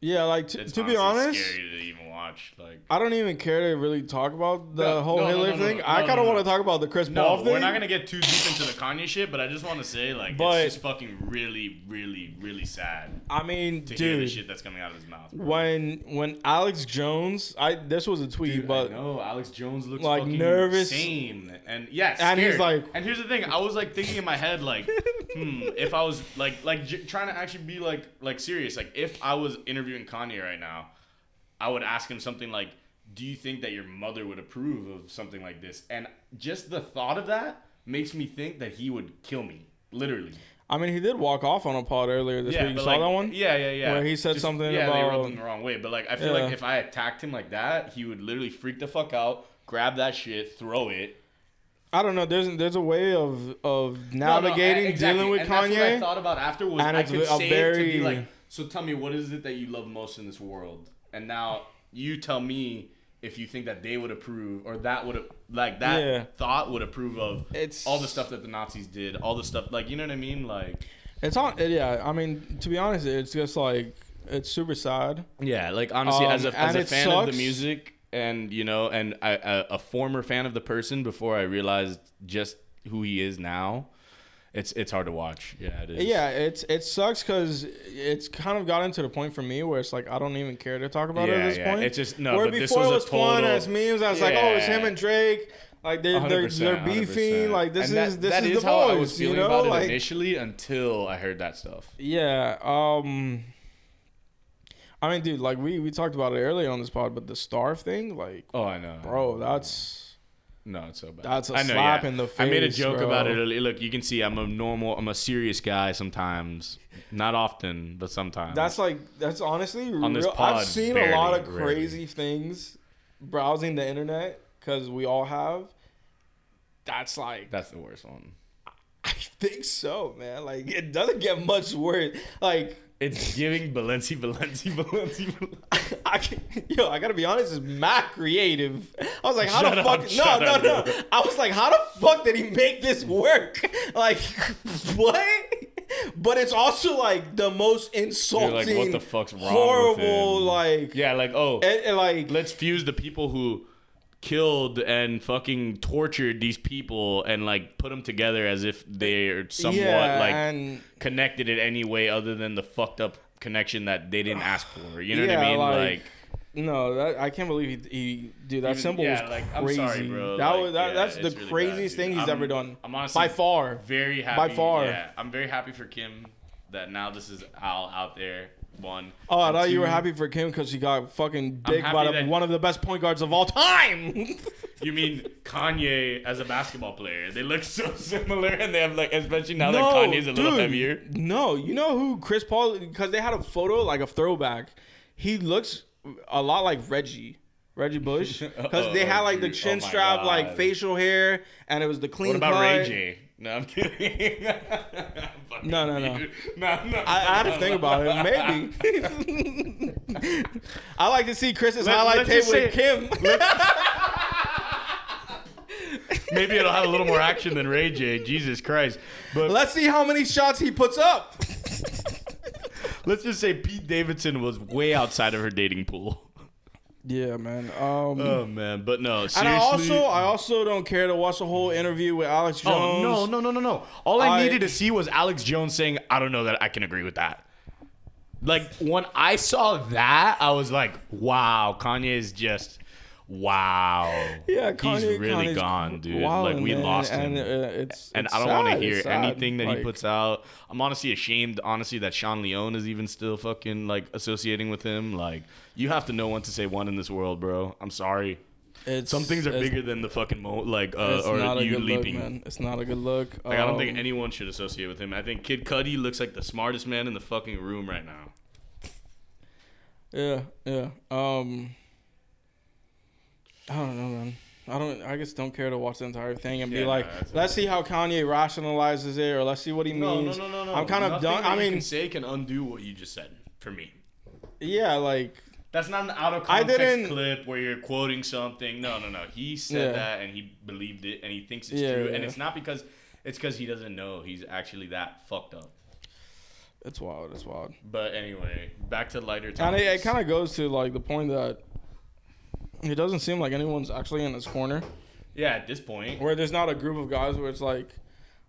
yeah, like t- it's to be honestly honest. scary to even watch. Like, I don't even care to really talk about the No, whole no, no, Hitler no, no, thing. no, I no, kind of no, want to no. talk about the Chris No, Paul thing. we're not gonna get too deep into the Kanye shit, but I just want to say like But- it's just fucking really, really, really sad I mean, to hear the dude, shit that's coming out of his mouth. bro. when when Alex Jones, I this was a tweet, Dude, but I know Alex Jones looks like, fucking nervous. insane, and yeah, And he's scared. like- and here's the thing, I was like thinking in my head like, hmm, if I was like like j- trying to actually be like like serious, like if I was interviewing Kanye right now, I would ask him something like, do you think that your mother would approve of something like this? And just the thought of that makes me think that he would kill me, literally. I mean, he did walk off on a pod earlier this week. You but, saw like, that one? Yeah, yeah, yeah. Where he said something yeah, they about- rubbed him the wrong way. But like, I feel Yeah. like if I attacked him like that, he would literally freak the fuck out, grab that shit, throw it. I don't know. There's there's a way of of No, no, navigating I- exactly. dealing with and That's what I Kanye. thought about after was And I it's could a say it to very- be like, so tell me what is it that you love most in this world, and now you tell me. If you think that they would approve, or that would like that Yeah. thought would approve of It's- all the stuff that the Nazis did, all the stuff like you know what I mean, like It's on. Yeah, I mean, to be honest, it's just like it's super sad. Yeah, like honestly, Um, as a, and as a it fan of sucks. the music, and you know, and I- a a former fan of the person before I realized just who he is now, it's it's hard to watch. Yeah, it is. Yeah, it's it sucks because it's kind of gotten to the point for me where it's like I don't even care to talk about it at Yeah, this yeah, point. it's just- no, Where but this before was it a was fun total- as memes, I was like, oh, it's him Yeah. and Drake. Like they're they're 100%, they're beefy. 100%. Like this And that- is this that is, the how boys. I was feeling you know, about it like initially until I heard that stuff. yeah. Um, I mean, dude, like we we talked about it earlier on this pod, but the star thing, like, Oh, I know, bro, that's. No, it's so bad. That's a I know, slap in the I made a face, joke bro. about it. earlier. Look, you can see I'm a normal, I'm a serious guy sometimes, not often, but sometimes. That's like that's honestly On this real. I've pod, seen barely, a lot of rarely. crazy things browsing the internet because we all have. That's like that's the worst one. I think so, man. Like it doesn't get much worse. Like It's giving Balenci, Balenci, Balenci. Balenci. I can't, yo, I gotta be honest, it's mad creative. I was like, how Shut the up, fuck? shut no, up, no, no. bro. I was like, how the fuck did he make this work? Like, what? But it's also like the most insulting, what the fuck's wrong with horrible, him? like, Yeah, like oh, and, and, like, let's fuse the people who killed and fucking tortured these people and like put them together as if they're somewhat yeah, like and connected in any way other than the fucked up connection that they didn't ask for. You know what I Yeah, mean? Like, like- no, that, I can't believe he, he dude. That Even- symbol yeah, was like, I'm crazy. sorry, bro. That Like, was that, yeah, that's it's the really bad, craziest dude. thing he's I'm- ever done. I'm honestly by far. very happy. far. Yeah, I'm very happy for Kim that now this is all out there. One. Oh, I And thought you were two, happy for Kim because she got fucking big happy by the, that- one of the best point guards of all time. You mean Kanye as a basketball player? They look so similar, and they have like, especially now No, that Kanye's a little dude. heavier. No, you know who Chris Paul? Because they had a photo like a throwback. He looks a lot like Reggie. Reggie Bush, because they had like the dude. chin Oh my strap, like God. facial hair, and it was the clean. What about cut. Ray J? No, I'm kidding. Fuck No, no, no. you. no, no. I, I had to think about it. Maybe. I like to see Chris's highlight let's tape just with Kim. maybe it'll have a little more action than Ray J. Jesus Christ. But Let's see how many shots he puts up. let's just say Pete Davidson was way outside of her dating pool. Yeah, man. Um, Oh man, but no, seriously. and I also, I also don't care to watch a whole interview with Alex Jones. Oh, no, no, no, no, no. All I, I- needed to see was Alex Jones saying, I don't know that I can agree with that. Like, when I saw that, I was like, wow, Kanye is just, wow. Yeah, Kanye, He's really Kanye's gone, dude. wildin', like, we man, lost and, him. uh, it's, and it's I don't want to sad, hear it's sad. anything that Like, he puts out. I'm honestly ashamed, honestly, that Sean Leone is even still fucking, like, associating with him. Like, you have to know when to say one in this world, bro. I'm sorry. It's, Some things are it's- bigger than the fucking, mo- like, uh, It's not or a you good leaping. look, man. It's not a good look. Like, I don't think Um, anyone should associate with him. I think Kid Cudi looks like the smartest man in the fucking room right now. Yeah, yeah. Um, I don't know, man. I don't. I just don't care to watch the entire thing and Yeah, be like, nah, that's- let's see how Kanye rationalizes it, or let's see what he means. I'm kind of done. I mean, say can undo what you just said for me. yeah, like That's not an out of I context didn't- clip where you're quoting something. No, no, no. He said Yeah. that and he believed it and he thinks it's Yeah, true. And yeah. it's not because it's because he doesn't know he's actually that fucked up. it's wild. It's wild. But anyway, back to lighter And topics. it, it kind of goes to like the point that it doesn't seem like anyone's actually in his corner. yeah. At this point, where there's not a group of guys where it's like,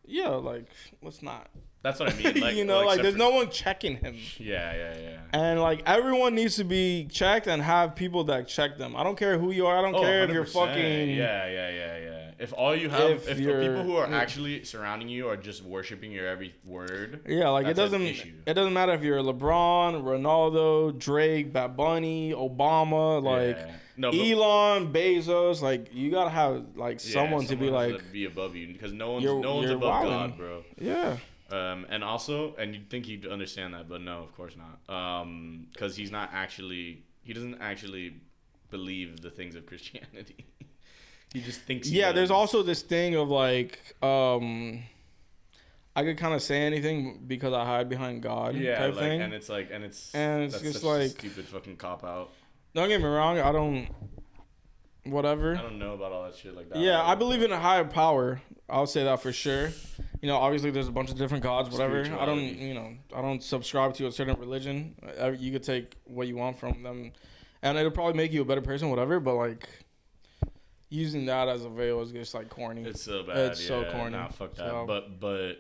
yeah, like let's not, that's what I mean. Like, you know, well, like except there's for- no one checking him, Yeah, yeah, yeah. and like everyone needs to be checked and have people that check them. I don't care who you are. I don't care if you're 100%. fucking. Oh, Yeah, yeah, yeah, yeah. If all you have, If if, the you're- people who are yeah. actually surrounding you are just worshiping your every word, Yeah, like it That's doesn't an issue. it doesn't matter if you're LeBron, Ronaldo, Drake, Bad Bunny, Obama, like Yeah. No, but- Elon, Bezos, like you gotta have like yeah, someone to be someone has like, be above you because no one's You're- no one's you're above wildin'. God, bro. yeah, Um, and also, and you'd think he'd understand that, but no, of course not. Um, because he's not actually, he doesn't actually believe the things of Christianity. he just thinks. he yeah there's does. also this thing of like um i could kind of say anything because i hide behind god yeah, type like, thing and it's like, and it's And it's that's just such a like- stupid fucking cop out. don't get me wrong i don't whatever I don't know about all that shit like that. yeah i believe in a higher power i'll say that for sure you know obviously there's a bunch of different gods whatever i don't Spirituality. you know i don't subscribe to a certain religion Uh, you could take what you want from them and it'll probably make you a better person whatever but like using that as a veil is just like corny It's so bad. It's so yeah. corny. Nah, fuck that. So- But but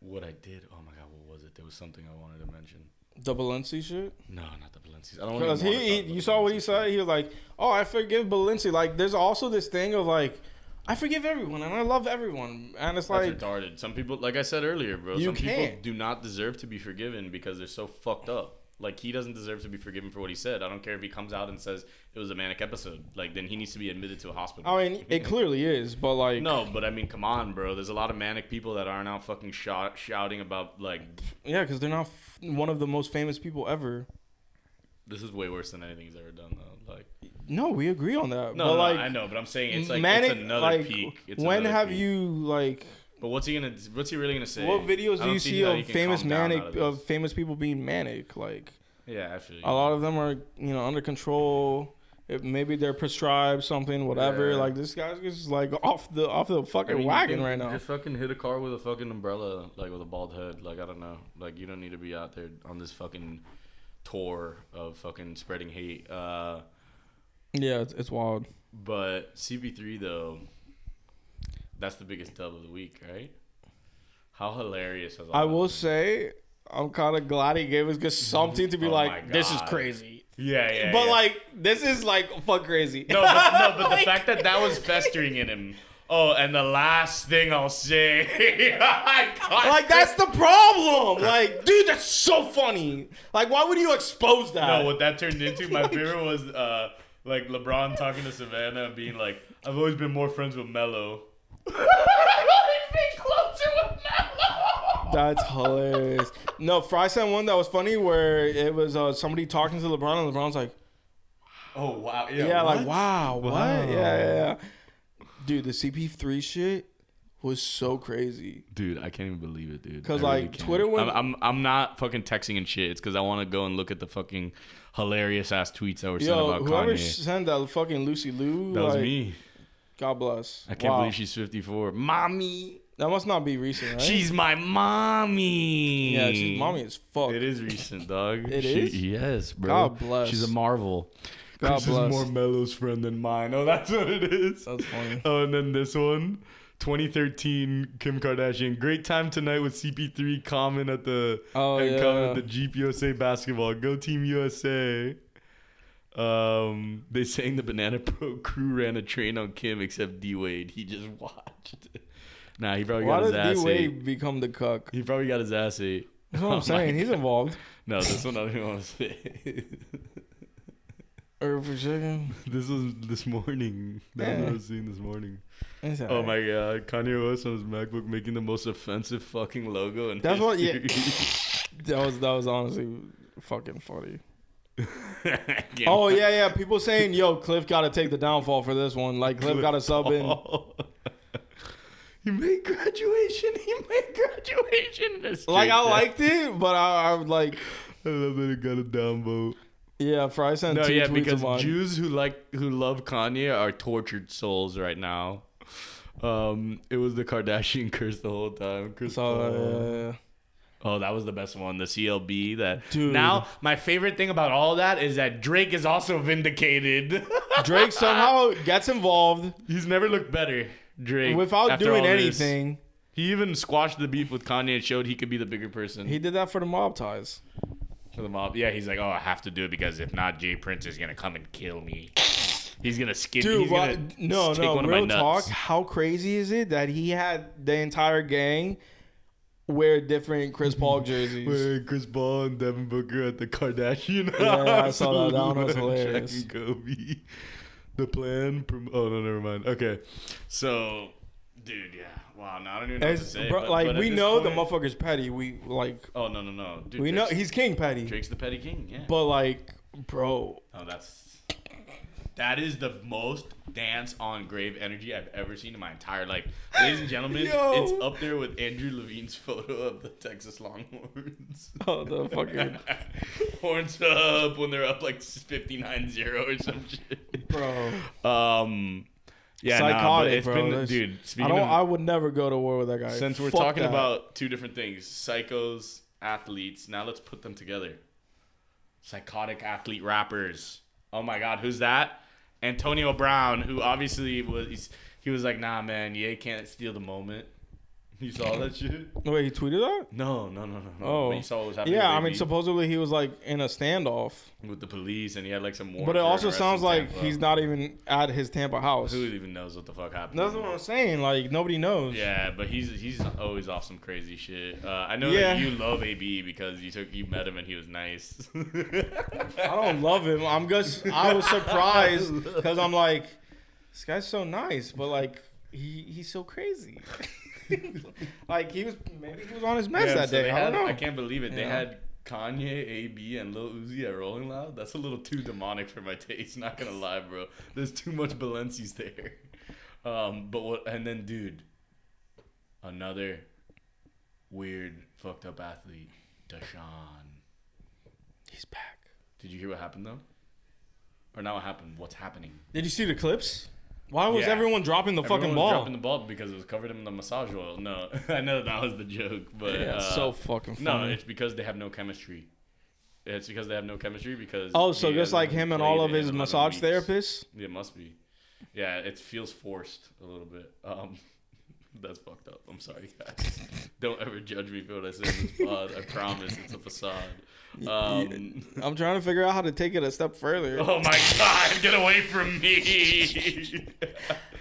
what I did, oh my god, what was it? There was something I wanted to mention. the Balenci shit No, not the Balenci's. I don't even Because he, wanna talk he about you the saw what he Balenci's. said. He was like, "Oh, I forgive Balenci." Like, there's also this thing of like, I forgive everyone and I love everyone, and it's That's like, retarded. Some people, like I said earlier, bro, You some people can't. do not deserve to be forgiven because they're so fucked up. Like he doesn't deserve to be forgiven for what he said. I don't care if he comes out and says it was a manic episode. Like then he needs to be admitted to a hospital. I mean, it clearly is, but like, no, but I mean, come on, bro. There's a lot of manic people that aren't out fucking shot, shouting about like yeah, because they're not f- one of the most famous people ever. this is way worse than anything he's ever done though. Like No, we agree on that. but No, no, like, I know, but I'm saying it's like manic, it's another like, peak. It's when another have peak. you like But what's he gonna? What's he really gonna say? What videos do I don't you see how of he can famous calm down manic out of, this. famous people being manic? Like yeah, I feel you. a lot of them are you know under control. If maybe they're prescribed something, whatever. Yeah. Like this guy's just like off the off the I fucking mean, you wagon can right now. Just fucking hit a car with a fucking umbrella, like with a bald head. Like I don't know. Like you don't need to be out there on this fucking tour of fucking spreading hate. Uh, Yeah, it's, it's wild. but CP3 though, that's the biggest dub of the week, right? How hilarious has all I that will been? say, I'm kind of glad he gave us just something to be Oh like, my this is God. crazy. Yeah, yeah. But yeah. like, this is like fuck crazy. no, but, no, but the fact that that was festering in him. Oh, and the last thing I'll say, like that's the problem. Like, dude, that's so funny. Like, why would you expose that? No, what that turned into, my favorite was uh, like LeBron talking to Savannah and being like, "I've always been more friends with Melo." That's hilarious. No, Fry sent one that was funny where it was uh, somebody talking to LeBron and LeBron's like, Oh wow! yeah, like what? wow, what? Yeah, Oh. yeah, yeah. Dude, the CP3 shit was so crazy. dude, I can't even believe it, dude. 'Cause, I like, can't. Twitter went- I'm, I'm I'm not fucking texting and shit. It's because I want to go and look at the fucking hilarious ass tweets that were sent Yo, about whoever Kanye. sent that fucking Lucy Lou, that was like, me. God bless. I can't Wow. believe she's 54. Mommy, That must not be recent, right? she's my mommy. yeah, she's mommy as fuck. It is recent, dog. It It is? is. Yes, bro. God bless. She's a marvel. God Chris bless. is more Mello's friend than mine. Oh, that's what it is. That's funny. Oh, and then this one, 2013, Kim Kardashian. Great time tonight with CP3 Common at the Oh, and Common at yeah. the Jeep USA basketball. Go Team USA. Um, they sang the Banana Pro crew ran a train on Kim except D Wade. He just watched. Nah, he probably Why got his did ass D ate. Wade become the cuck? He probably got his ass ate. That's what I'm saying. He's involved. No, this one I don't even want to say. Or for chicken. this was this morning. That one I was seeing this morning. It's Oh alright. my god, Kanye West on his MacBook making the most offensive fucking logo and That's what- yeah. That was that was honestly fucking funny. Oh yeah, yeah. People saying, "Yo, Cliff got to take the downfall for this one." Like Cliff, got to sub in. He made graduation. He made graduation. That's Like I straight liked it, but I, I was like, down. I love that it got a downvote. yeah, Fry sent No, two yeah, tweets because of mine. Jews who like who love Kanye are tortured souls right now. Um, it was the Kardashian curse the whole time. Chris So, Paul. uh, Oh, that was the best one, the CLB. That Dude. now my favorite thing about all that is that Drake is also vindicated. Drake somehow gets involved He's never looked better, Drake. without after doing all this. anything. he even squashed the beef with Kanye and showed he could be the bigger person He did that for the mob ties. for the mob. Yeah, he's like, oh, I have to do it because if not, Jay Prince is gonna come and kill me. He's gonna skin. Dude, he's why, gonna no, take no, one of my real talk. nuts. How crazy is it that he had the entire gang wear different Chris Paul jerseys? Wait, Chris Paul and Devin Booker at the Kardashian Yeah, I house. saw that. That one was Shaq hilarious. and Kobe. The plan. Prom- oh no, never mind. Okay, so, dude, yeah, wow. No, I don't even know what to As- say. bro, but- like but at we this know point- the motherfucker's petty. We like Oh no, no, no, dude. we know Drake's, he's king petty. Drake's the petty king. Yeah. But like, bro, oh, that's that is the most dance on grave energy I've ever seen in my entire life, ladies and gentlemen. Yo. It's up there with Andrew Levine's photo of the Texas Longhorns. oh the fucking horns up when they're up like 59-0 or some shit. bro, Um, yeah, nah, but psychotic, it's bro. been That's- dude. I Speaking don't. of, I would never go to war with that guy. since we're Fuck talking that. about two different things, psychos, athletes. Now let's put them together. Psychotic athlete rappers. Oh my God, who's that? Antonio Brown, who obviously was he's- he was like, nah, man, Ye can't steal the moment. You saw that shit? wait, he tweeted that. No, no, no, no, no. Oh. but you saw what was happening. Yeah, with I mean, AB? supposedly he was like in a standoff, with the police and he had like some warrant but it for also arrest sounds in like Tampa. he's not even at his Tampa house. who even knows what the fuck happened That's what I'm saying. Like nobody knows. yeah but he's he's always off some crazy shit uh, I know Yeah. that you love AB because you took you met him and he was nice I don't love him. I'm just. I was surprised because I'm like, this guy's so nice, but like he he's so crazy. like he was maybe he was on his meds Yeah, that so day. they I had- don't know. I can't believe it they Yeah. had Kanye AB and Lil Uzi at Rolling Loud that's a little too demonic for my taste not gonna lie bro there's too much Balenci's there um, but what and then dude another weird fucked up athlete, Deshaun. He's back. Did you hear what happened though? Or not what happened? What's happening? Did you see the clips? Why was Yeah. everyone dropping the Everyone fucking was ball? dropping the ball because it was covered in the massage oil. No, I know that was the joke, but yeah, uh, it's so fucking no, funny. it's because they have no chemistry. It's because they have no chemistry because oh, so he just like hasn't him and played all of in his 11 massage weeks. therapists. It must be. Yeah, it feels forced a little bit. Um, that's fucked up. I'm sorry, guys. Don't ever judge me for what I say in this pod. I promise it's a facade. Um, I'm trying to figure out how to take it a step further. oh my god, get away from me!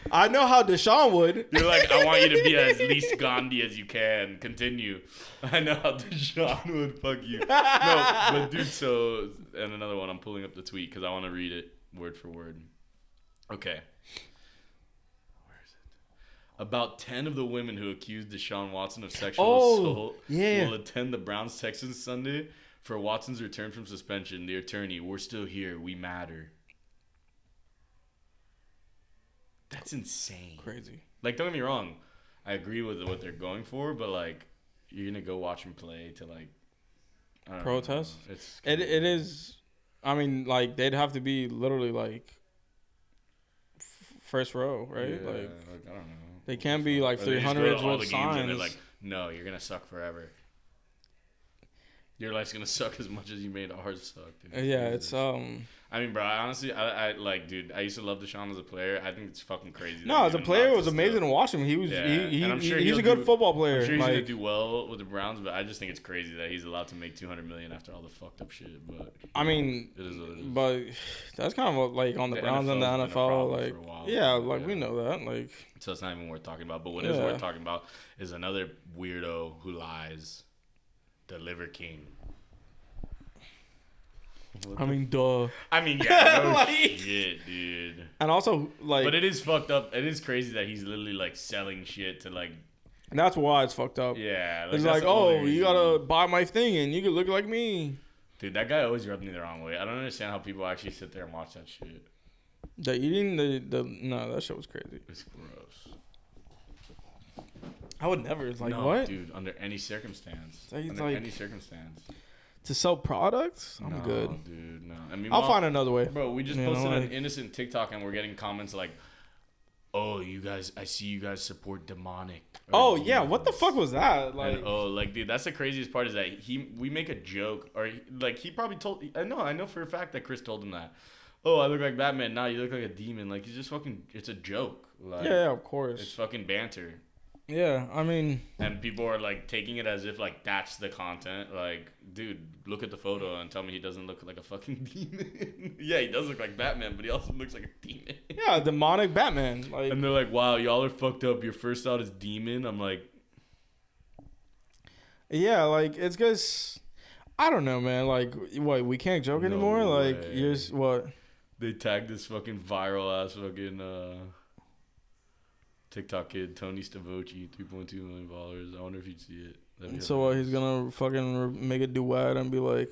I know how Deshaun would. You're like, I want you to be as least Gandhi as you can. Continue. I know how Deshaun would fuck you. No, but dude, so, and another one, I'm pulling up the tweet because I want to read it word for word. Okay. Where is it? About 10 of the women who accused Deshaun Watson of sexual Oh, assault yeah. will attend the Browns Texans Sunday for Watson's return from suspension. The attorney, we're still here. We matter. That's insane. Crazy. Like, don't get me wrong, I agree with what they're going for, but like, you're gonna go watch him play to like I don't Protest? Know. It's It it is. I mean, like they'd have to be literally like f- first row, right? yeah, Like I don't know. they can't be like Or they three just go to hundreds all with the games and they're signs. like, no, you're gonna suck forever. Your life's gonna suck as much as you made ours suck. Dude. yeah, Jesus. it's um. I mean, bro. I honestly, I, I like, dude. I used to love Deshaun as a player. I think it's fucking crazy. that No, he as a even player, knocked it was us amazing down. to watch him. He was Yeah, he, he, and I'm he- sure he's he'll a good do- football player. I'm sure he's gonna like, do well with the Browns, but I just think it's crazy that he's allowed to make 200 million after all the fucked up shit. But I mean, It is what it is. but that's kind of what, like on the, The Browns and the NFL's been a NFL. problem for a Like, while. yeah, like we Yeah. know that. Like, so it's not even worth talking about. But what is Yeah. worth talking about is another weirdo who lies, the Liver King. I mean, duh. I mean, yeah, no Like- shit, dude. And also, like, But it is fucked up. It is crazy that he's literally like selling shit to like, and that's why it's fucked up. yeah. it's that's like, the only oh, you reason. gotta buy my thing, and you can look like me. Dude, that guy always rubbed me the wrong way. I don't understand how people actually sit there and watch that shit. The eating the the no, that shit was crazy. It's gross. I would never. It's like no, what dude? Under any circumstance. So he's under like- any circumstance. to sell products? I'm no, good. dude. No, I mean, I'll find another way. Bro, we just You know, posted like- an innocent TikTok and we're getting comments like, "Oh, you guys, I see you guys support demonic." or Oh yeah, demons." what the fuck was that? Like, And, oh, like dude, that's the craziest part is that he we make a joke or he- like he probably told. I know, I know for a fact that Chris told him that. Oh, I look like Batman. Now you look like a demon. Like it's just fucking. It's a joke. Like, yeah, yeah, of It's course. fucking banter. Yeah, I mean, And people are like taking it as if like that's the content. Like, dude, look at the photo and tell me he doesn't look like a fucking demon. yeah, he does look like Batman, but he also looks like a demon. yeah, demonic Batman. Like, And they're like, "Wow, y'all are fucked up. Your first out is demon." I'm like, Yeah, like it's just I don't know, man. Like what we can't joke No anymore. Like way. you're s- what? they tagged this fucking viral ass fucking uh, TikTok kid Tony Stavoci, 3.2 million followers. I wonder if you'd see it. That'd be So what? He's gonna fucking re- make a duet and be like,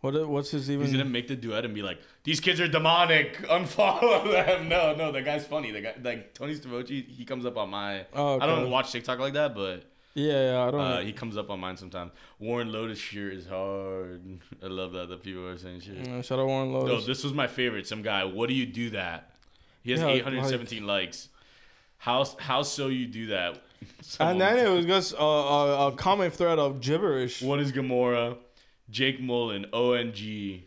what? i- What's his even? He's gonna make the duet and be like, "These kids are demonic. Unfollow them." No, no, that guy's funny. The guy, like Tony Stavoci, he comes up on my. Oh, I don't okay. watch TikTok like that, but yeah, yeah, I don't. uh, know. he comes up on mine sometimes. Warren Lotus shirt is hard. I love that that people are saying shit. Yeah, Mm, shout out Warren No, Lotus. this was my favorite. Some guy. What do you do that? He has Yeah, 817 likes. How how so you do that? and Someone- then it was just a, a, a common thread of gibberish. what is Gamora? Jake Mullen, ONG,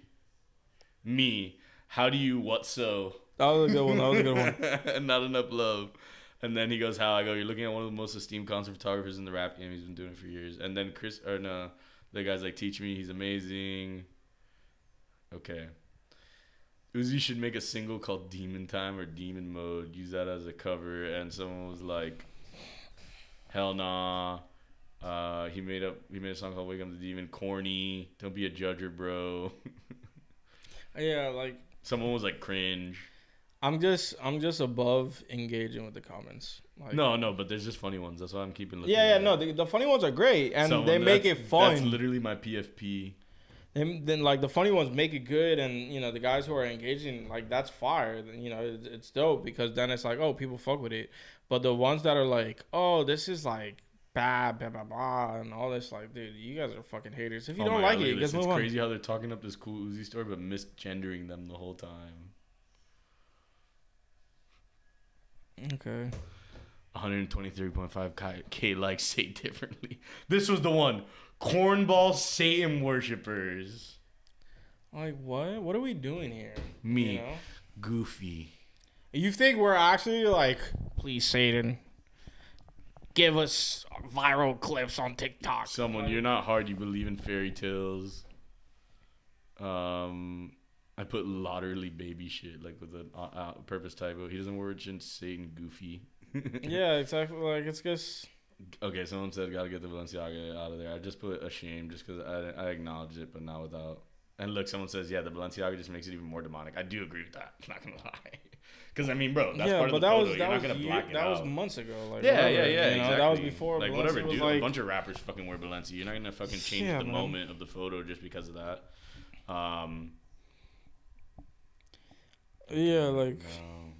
me. How do you what so? That was a good one. That was a good one. Not enough love. And then he goes, "How I go? You're looking at one of the most esteemed concert photographers in the rap game. He's been doing it for years." And then Chris, or no, the guy's like, "Teach me. He's amazing." Okay. Uzi should make a single called "Demon Time" or "Demon Mode." Use that as a cover. And someone was like, "Hell nah." Uh, he made up. He made a song called "Wake Up the Demon." Corny. Don't be a judger, bro. Yeah, like someone was like, "Cringe." I'm just I'm just above engaging with the comments. Like, No, no, but there's just funny ones. That's why I'm keeping looking. Yeah, yeah, at it. no. The, the funny ones are great, and Someone- they make that's- it That's fun. literally my PFP. and then like the funny ones make it good, and you know the guys who are engaging like that's fire. You know it's, it's dope because then it's like oh people fuck with it, but the ones that are like oh this is like bad blah blah blah and all this like dude you guys are fucking haters Oh if you don't like it just it's move on. crazy how they're talking up this cool Uzi story, but misgendering them the whole time. Okay. 123.5 k likes say differently. This was the one. Cornball Satan worshippers. Like what? What are we doing here? Me, You know? Goofy. You think we're actually like, please, Satan, give us viral clips on TikTok. Someone, you're not hard. You believe in fairy tales. Um, I put lotterly baby shit like with a uh, uh, purpose typo. He doesn't worship Satan, Goofy. Yeah, exactly. Like it's just Okay, someone said gotta get the Balenciaga out of there. I just put ashamed just because I, I acknowledge it, but not without. And look, someone says, yeah, the Balenciaga just makes it even more demonic. I do agree with that. I'm not gonna lie, because I mean, bro, that's yeah, part but of the that photo. was You're that not was gonna year- black it that out. was months ago. Like yeah, whatever, yeah, yeah. You know, exactly. that was before. Like Balenciaga whatever, was dude. like- a bunch of rappers fucking wear Balenciaga. You're not gonna fucking change Yeah, the man. moment of the photo just because of that. Um, yeah, like no,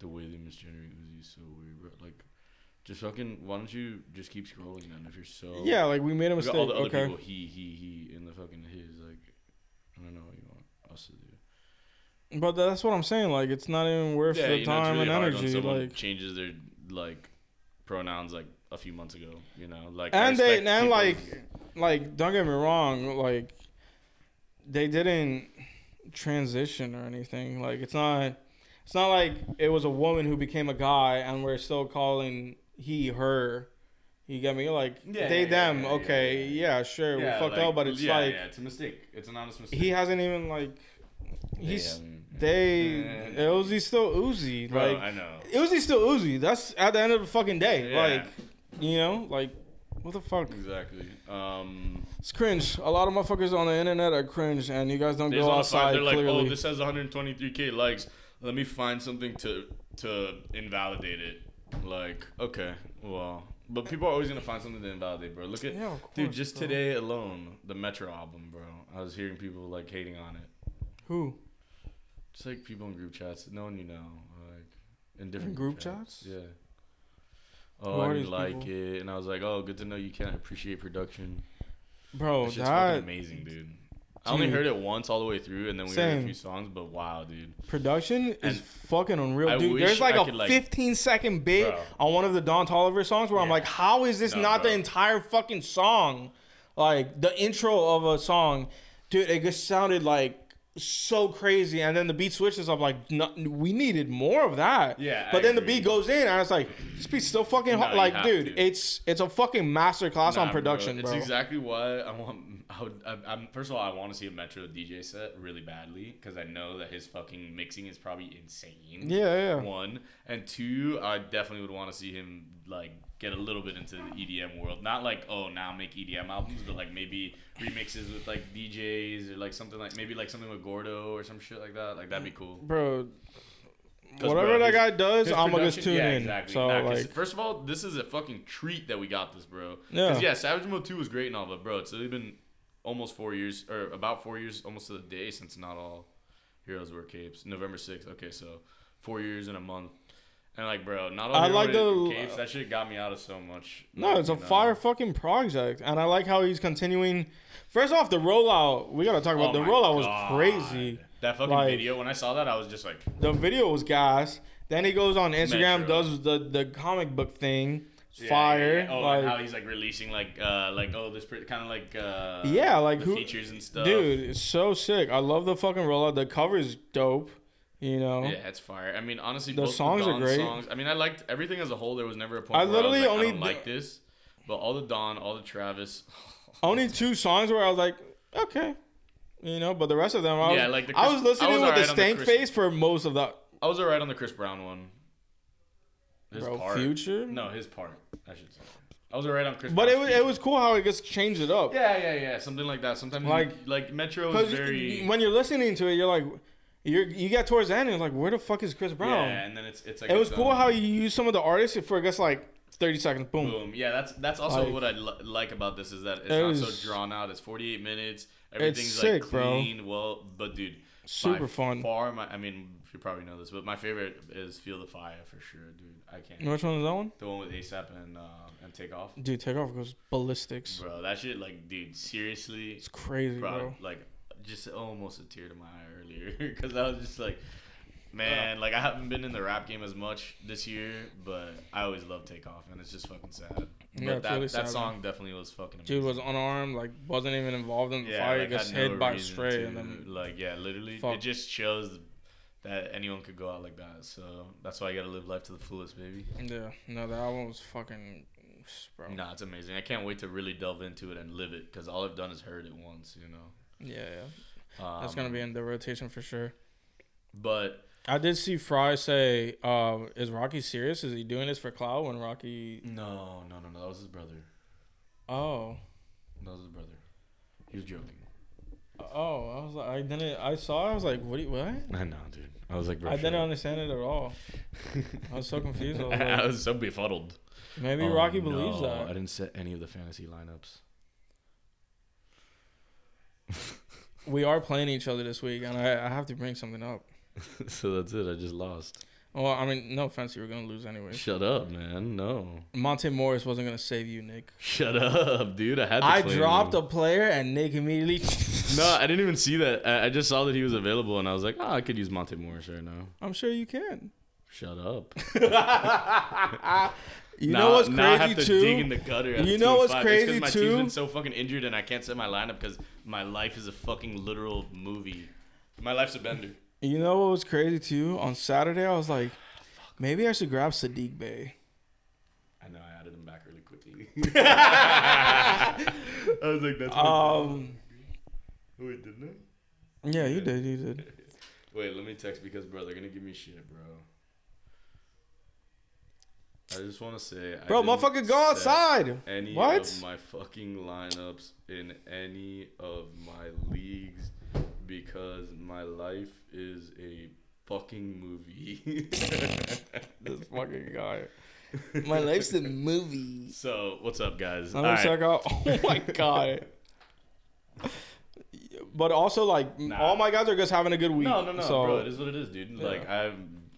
the way they misgendered Uzi is so weird, bro. Like, just fucking. Why don't you just keep scrolling, man? If you're so yeah, like we made a Look at mistake. all the other okay. people, he, he, he, in the fucking his, like, I don't know what you want us to do. But that's what I'm saying. Like it's not even worth Yeah, the you know, it's time really and hard when energy. someone Like changes their like pronouns like a few months ago, you know, like I and they respect and people- like like don't get me wrong like they didn't transition or anything like it's not it's not like it was a woman who became a guy and we're still calling he her you get me like Yeah, they yeah, them yeah, yeah, okay yeah, yeah, sure we fucked like, up but it's yeah, like yeah, it's a mistake. It's an honest mistake. he hasn't even like he's haven't, yeah. they Yeah. Uzi's still Uzi Bro, like I know. Uzi's still Uzi that's at the end of the fucking day Yeah. like you know like what the fuck Exactly. Um, it's cringe. A lot of motherfuckers on the internet are cringe, and you guys don't they go just wanna outside. find- They're like, clearly, oh, this has 123k likes. Let me find something to to invalidate it. Like, okay, well, but people are always gonna find something to invalidate, bro. Look at, Yeah, of dude, course, just bro. today alone, the Metro album, bro. I was hearing people like hating on it. who? Just like people in group chats, no one you know, like in different group chats? Yeah. Oh, Who I are didn't these like people? it, and I was like, oh, good to know you can't appreciate production. Bro, It's just Oh, that fucking amazing, dude. I only Dude. heard it once all the way through, and then we heard a Same. few songs. But wow, dude, production is And fucking unreal, I dude. wish There's like I a could, like- 15 second bit Bro. on one of the Don Tolliver songs where I'm Yeah. like, how is this No, not bro. the entire fucking song? Like the intro of a song, dude. It just sounded like so crazy, and then the beat switches. I'm like, no, we needed more of that. Yeah, But I then the agree. beat goes in, and it's like, this beat's still fucking hot. you Like, have dude, to. it's it's a fucking masterclass on Nah, production, Bro. bro. It's exactly why I want. I would, I, I'm first of all, I want to see a Metro DJ set really badly because I know that his fucking mixing is probably insane. Yeah, yeah. One and two, I definitely would want to see him like get a little bit into the EDM world. Not like oh now make EDM albums, but like maybe remixes with like DJs or like something like maybe like something with Gordo or some shit like that. Like that'd be cool. bro. 'Cause, Whatever bro, that his- guy does, his I'm gonna just production- tune yeah, in. Exactly. So Nah, 'cause like, first of all, this is a fucking treat that we got this, bro. Yeah. Yeah. yeah, Savage Mode 2 was great and all, but bro, it's literally been almost four years or about four years almost to the day since not all heroes wear capes. November 6th. Okay, so four years and a month. And like, bro, not all I heroes like the- wear capes. That shit got me out of so much. no, it's a you know? fire fucking project, and I like how he's continuing. First off, the rollout. We gotta talk Oh about the my rollout God. was crazy. That fucking Like- video, when I saw that, I was just like, The video was gas. Then he goes on Instagram, Metro. does the the comic book thing. It's yeah, fire. yeah, yeah. Oh, like, and how he's like releasing like, uh, like oh, this kind of like, uh, Yeah, like the who- features and stuff, dude, it's so sick. I love the fucking rollout. The cover is dope. You know. Yeah, it's fire. I mean, honestly, The both songs are Dawn great. Songs, I mean, I liked everything as a whole. There was never a point I where I literally was like, only I don't d- like this. But all the Don, all the Travis. Only two songs where I was like, okay. You know, but the rest of them, I was, Yeah, like the I Chris- was listening I was with alright the on the stank Chris- face for most of that. I was alright on the Chris Brown one. His Bro, part. Future? No, his part. I should say. I was alright on Chris. But it Brown's was feature. it was cool how it just changed it up. Yeah, yeah, yeah. Something like that. Sometimes like Like- like Metro is Because very. when you're listening to it, you're like, you you get towards the end, and you're like, where the fuck is Chris Brown? yeah, and then it's it's like it was its cool own- how you used some of the artists for just like thirty seconds. Boom. Boom. Yeah, that's that's also Like- what I li- like about this is that it's It not is- so drawn out. It's 48 minutes. Everything's sick, like bro. clean. Well, but dude, Super by fun. Far, my, I mean, you probably know this, but my favorite is Feel the Fire for sure, dude. I can't. You know which one is that one? The one with ASAP and uh, and Take Off, Dude, takeoff goes ballistics. bro. That shit, like, dude, seriously, It's crazy, bro, bro. like, just almost a tear to my eye earlier because I was just like. Man, like I haven't been in the rap game as much this year, but I always love Takeoff, and it's just fucking sad. But Yeah, it's that, really that sad, man. song definitely was fucking. Amazing. Dude was unarmed, like wasn't even involved in the yeah, fire. like, gets had no hit by a reason stray, to, and then like yeah, literally, Fuck. it just shows that anyone could go out like that. So that's why you gotta live life to the fullest, baby. yeah, no, that album was fucking, bro. Nah, it's amazing. I can't wait to really delve into it and live it because all I've done is heard it once, you know. Yeah, yeah, Um, that's gonna be in the rotation for sure. But I did see Fry say, uh, "Is Rocky serious? Is he doing this for clout?" When Rocky, no, no, no, no. That was his brother. oh, That was his brother. He was joking. oh, I was like, I didn't, I saw, I was like, what? do you- What? I know, dude. I was like, I didn't understand it at all. I was so confused. I was I like, was so befuddled. maybe Oh, Rocky believes no, that. I didn't set any of the fantasy lineups. We are playing each other this week, and I, I have to bring something up. so that's it. I just lost. Well, I mean, no offense, you were gonna lose anyway. Shut up, man. No. Monte Morris wasn't gonna save you, Nick. Shut up, dude. I had to I claim dropped him. a player, and Nick immediately. No, I didn't even see that. I, I just saw that he was available and I was like, oh, I could use Monte Morris right now. I'm sure you can. Shut up. You Now- know what's now I have crazy to too? dig in the gutter. at You know what's 205. It's 'cause crazy, my too? team's been so fucking injured and I can't set my lineup because my life is a fucking literal movie. My life's a bender. You know what was crazy too? On Saturday, I was like, maybe I should grab Sadiq Bay. I know. I added him back really quickly. I was like, that's. Um, Wait, didn't I? yeah, you did, you did. Wait, let me text because bro, they're gonna give me shit, bro. I just want to say, I Bro, didn't motherfucker, go set outside. Any What? of my fucking lineups in any of my leagues because my life is a fucking movie. This fucking guy. My life's a movie. so what's up, guys? I'm All gonna right. check out. Oh my god. But also, like, Nah. all my guys are just having a good week. No, no, no, so, bro. It is what it is, dude. Like I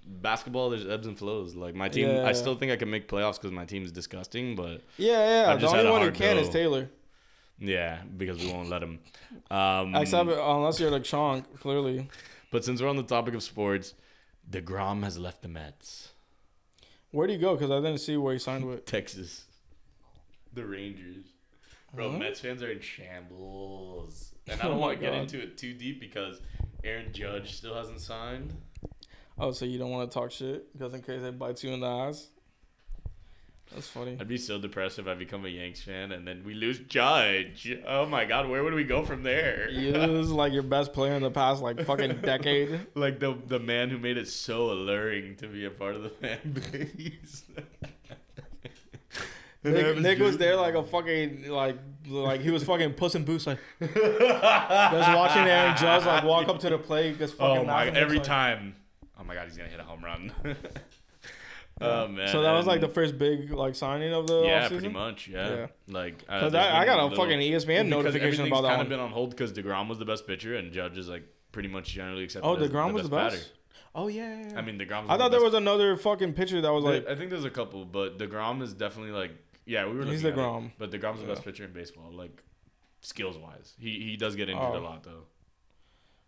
basketball, there's ebbs and flows. Like my team, Yeah. I still think I can make playoffs because my team's disgusting, but. Yeah, yeah. I've The just only had a one who hard can is go. Taylor. Yeah, because we won't let him. Um, Except uh, unless you're like Chonk, clearly. but since we're on the topic of sports, DeGrom has left the Mets. Where'd he go? Because I didn't see where he signed with. Texas. The Rangers. Bro, Mets fans are in shambles. And I Oh don't my want to get God. into it too deep because Aaron Judge still hasn't signed. Oh, so you don't want to talk shit? Because in case it bites you in the ass? That's funny. I'd be so depressed if I become a Yanks fan and then we lose Judge. Oh my god, where would we go from there? You lose like your best player in the past like fucking decade. like the the man who made it so alluring to be a part of the fan base. Nick, Nick was there like a fucking like like he was fucking puss in boots like just watching Aaron Judge like walk up to the plate just fucking Oh my! laughing. Every It's like- time. Oh my god, he's gonna hit a home run. oh man. So that was like the first big like signing of the Yeah, offseason? pretty much. Yeah. Yeah. Like. Uh, 'Cause there's I, I been got a little- fucking E ESPN because notification everything's about that kind one. of been on hold because Degrom was the best pitcher and Judge is like pretty much generally accepted. oh, as Degrom was the best. batter. Oh yeah. yeah, yeah. I mean, Degrom. I thought there was another fucking pitcher that was like I think there's a couple, but Degrom is definitely like. Yeah, we were. He's looking at it, DeGrom. but Degrom's the Yeah. best pitcher in baseball. Like. Skills wise, he he does get injured Oh. a lot though.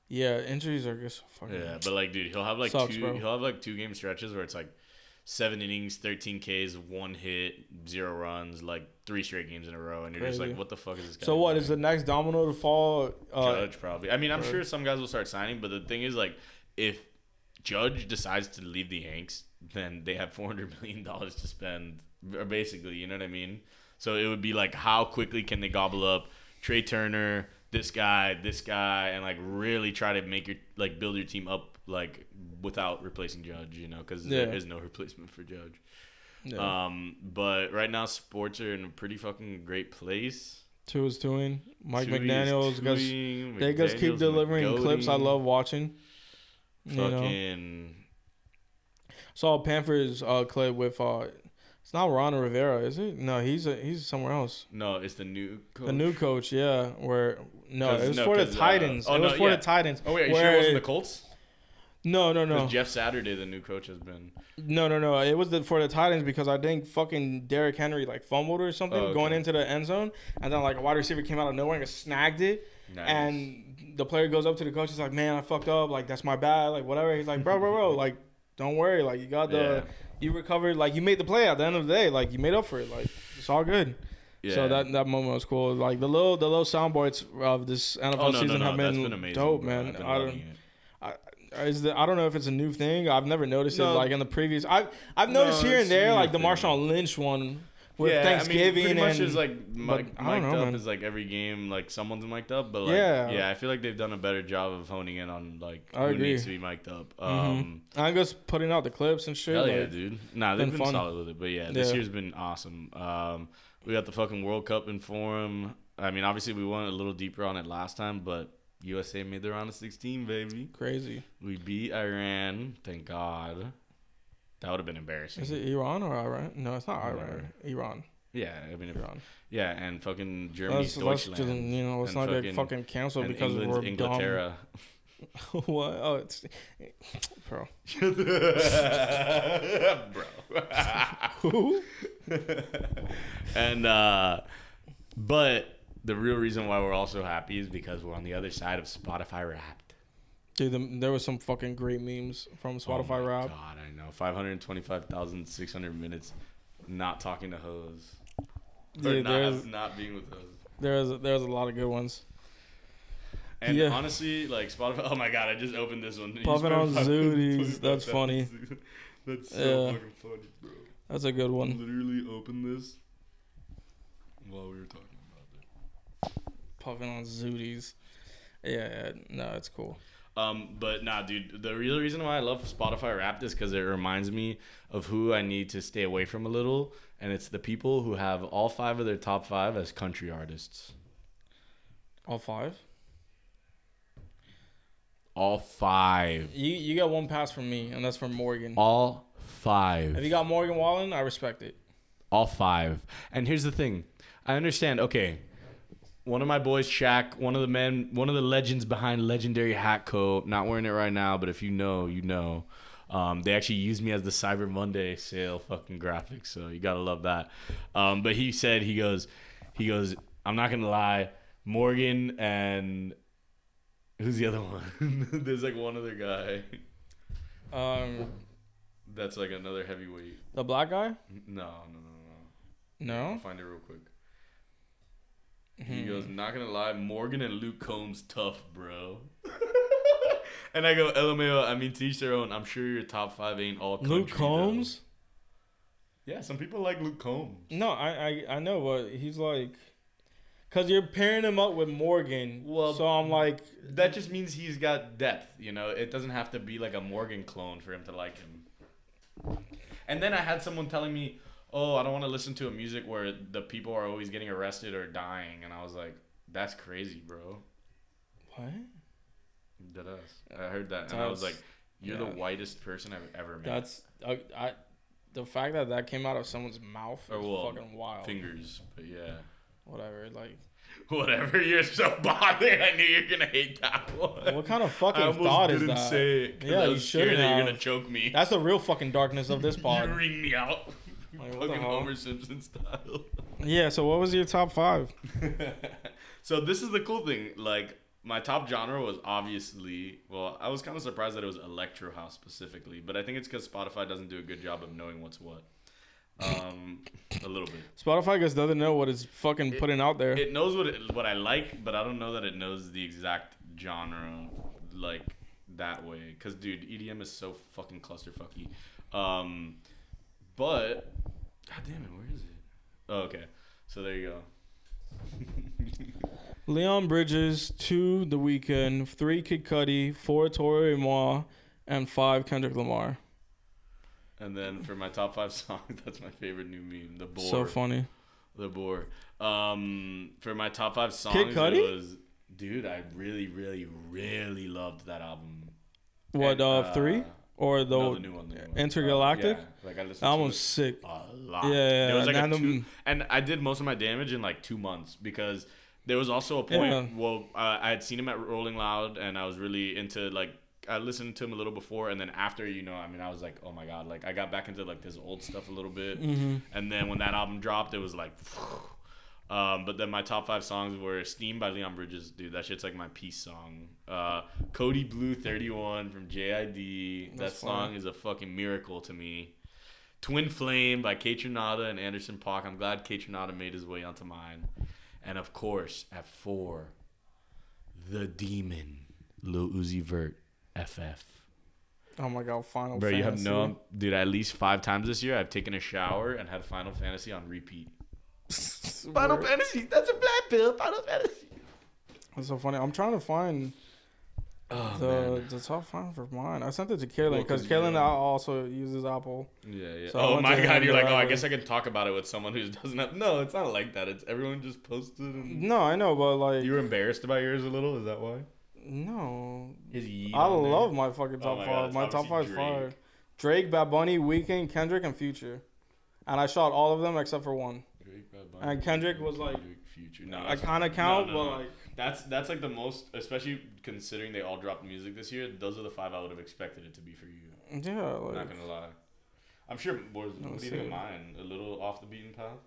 yeah injuries are just fucking Yeah, but like, dude, he'll have like Sucks, two. bro. He'll have like two game stretches where it's like seven innings, thirteen Ks, one hit, zero runs, like three straight games in a row, and you're just Crazy. like, what the fuck is this guy? So what doing? is the next domino to fall? Uh, Judge probably. I mean, I'm sure some guys will start signing, but the thing is, like, if Judge decides to leave the Yanks, then they have 400 million dollars to spend, or basically, you know what I mean. So it would be like, how quickly can they gobble up Trey Turner, this guy, this guy, and like really try to make your like build your team up like without replacing Judge, you know, because Yeah. there is no replacement for Judge. yeah. Um, but right now sports are in a pretty fucking great place. two is doing. Mike Tui's McDaniel's. Gus, doing, they just keep McDaniel's delivering clips. I goating. love watching. You know, Fucking saw Panthers uh, clip with uh, It's not Ron Rivera, is it? No, he's a, he's somewhere else. No, it's the new coach. The new coach, yeah. Where no, 'Cause- it was no, for the 'cause, uh, Titans. oh, it no, was for yeah. the Titans. Oh wait, are you sure where it wasn't the it- Colts? No, no, no, Because Jeff Saturday, the new coach, has been. no, no, no. It was the, for the Titans because I think fucking Derrick Henry like fumbled or something Oh, okay. going into the end zone, and then like a wide receiver came out of nowhere and just snagged it, Nice. and the player goes up to the coach. He's like, "Man, I fucked up. Like that's my bad. Like whatever." He's like, "Bro, bro, bro. Like don't worry. Like you got the, Yeah. you recovered. Like you made the play. At the end of the day, like you made up for it. Like it's all good." So Yeah. that that moment was cool. Like the little the little soundboards of this NFL Oh no, no, season no, have that's been, been amazing. dope, bro. man. I've been I loving don't- it. I, is the, I don't know if it's a new thing. I've never noticed it No. like in the previous. I've I've No, noticed here it's and there a like the new Marshawn Lynch one with Thanksgiving I mean, pretty much and is like mic- I don't mic'd know, up man. is like every game like someone's mic'd up, but like Yeah. yeah, I feel like they've done a better job of honing in on like I who agree. Mm-hmm. needs to be mic'd up. Um, I'm just putting out the clips and shit. Hell yeah, like- dude. Nah, they've been been, fun. solid with it. But yeah, this Yeah. year's been awesome. Um, we got the fucking World Cup in form. I mean, obviously we went a little deeper on it last time, but USA made the round of 16, baby. Crazy. We beat Iran. Thank God. That would have been embarrassing. Is it Iran or Iran? No, it's not Iran. Whatever. Iran. Yeah, I mean, if, Iran. yeah, and fucking Let's, Germany's let's Deutschland. just, you know let's not and get fucking- fucking canceled and because England's we're dumb. Inglaterra. what? Oh, it's bro. Bro. and uh but the real reason why we're all so happy is because we're on the other side of Spotify Wrapped. Dude, the, there was some fucking great memes from Oh my Spotify Rap. God, I know. 525,600 minutes not talking to hoes. Or Dude, there's not, not being with hoes. there's there's a lot of good ones. And Yeah. honestly, like Spotify. Oh my god, I just opened this one. You Puffing spent on Zooties. 525,000. That's funny. That's so Yeah. fucking funny, bro. That's a good one. Literally opened this while we were talking about it. puffing on zooties. Yeah, yeah, no, it's cool. Um, but nah, dude, the real reason why I love Spotify Wrapped is because it reminds me of who I need to stay away from a little, and it's the people who have all five of their top five as country artists. All five. All five. You you got one pass from me, and that's from Morgan. All If you five. got Morgan Wallen, I respect it. All five. And here's the thing, I understand. Okay, one of my boys, Shaq, one of the men, one of the legends behind legendary hat coat. Not wearing it right now, but if you know, you know. Um, they actually used me as the Cyber Monday sale fucking graphic, so you gotta love that. Um, but he said he goes, he goes. I'm not gonna lie, Morgan and who's the other one? There's like one other guy Um, that's like another heavyweight. the black guy? No, no, no, no. I'll No. find it real quick. He Hmm. goes, not gonna lie, Morgan and Luke Combs tough, bro. and I go, LMAO, I mean, teach their own. I'm sure your top five ain't all country, Luke though." Combs? Yeah, some people like Luke Combs. No, I, I I know, but he's like, cause you're pairing him up with Morgan. Well, so I'm like, That just means he's got depth, you know? It doesn't have to be like a Morgan clone for him to like him. And then I had someone telling me, oh, I don't want to listen to a music where the people are always getting arrested or dying. And I was like, that's crazy, bro. what? Dead ass. I heard that, and I was That's- like, "You're yeah. the whitest person I've ever met." That's I, I. The fact that that came out of someone's mouth is Or, Oh, well, fucking wild. fingers, but yeah, Whatever. Like, whatever. You're so bothered. I knew you're gonna hate that one. what kind of I fucking almost thought is didn't that? say it. 'cause Yeah, I you was scared shouldn't that you're have. gonna choke me. That's the real fucking darkness of this pod. you ring me out, Like, what the fucking hell? Homer Simpson style. Yeah, so what was your top five? so this is the cool thing. Like my top genre was obviously well, I was kind of surprised that it was electro house specifically, but I think it's because Spotify doesn't do a good job of knowing what's what. Um, a little bit. Spotify just doesn't know what it's fucking putting out there. It knows what it, what I like, but I don't know that it knows the exact genre like that way. Cause dude, EDM is so fucking clusterfucky. Um, but god damn it, where is it? Oh, okay, so there you go. Leon Bridges, two The Weeknd, three Kid Cudi, four Tori Moore, and five Kendrick Lamar. And then for my top five songs, that's my favorite new meme. The boar. So funny. The boar. Um, for my top five songs, Cudi? it was dude. I really, really, really loved that album. What And, uh, three? or the, No, the new one. The new one. Intergalactic. Yeah, like I listened That to one it. was sick. a lot. Yeah, it was like and a then two, them- and I did most of my damage in like two months because there was also a point. Yeah. Well, uh, I had seen him at Rolling Loud, and I was really into like I listened to him a little before, and then after, you know, I mean, I was like, oh my god, like I got back into like this old stuff a little bit, Mm-hmm. and then when that album dropped, it was like. Um, but then my top five songs were "Steam" by Leon Bridges, dude. That shit's like my peace song. Uh, "Cody Blue 31" from JID. That's that song fire. is a fucking miracle to me. Twin Flame by Kate Trinata and Anderson Park. I'm glad Kate Trinata made his way onto mine. And of course, at four, The Demon, Lil Uzi Vert, FF. Oh my god, Final Bro, Fantasy. you have no, dude. At least five times this year, I've taken a shower and had Final Fantasy on repeat. Final Word. Fantasy, that's a black pill. Final Fantasy. That's so funny. I'm trying to find Oh the man. the top five for mine. I sent it to Kaylin because 'cause, Kaylin yeah. also uses Apple. Yeah, yeah. So I oh went my to god, him you're like, oh, I directly. guess I can talk about it with someone who doesn't have. No, it's not like that. It's everyone just posted. And... No, I know, but like, You were embarrassed about yours a little. Is that why? no, His yeet I on there. love my fucking Oh top my five. God, it's my top five obviously is fire. Drake, Bad Bunny, Weekend, Kendrick, and Future. And I shot all of them except for one. Drake, Bad Bunny, And Kendrick was like, Kendrick, Future. No, I that's- kind of count, no, no, but no. like, that's that's like the most, especially considering they all dropped music this year. Those are the five I would have expected it to be for you. yeah, I'm like, not gonna lie. I'm sure. Boris, What do you see. think of mine? A little off the beaten path.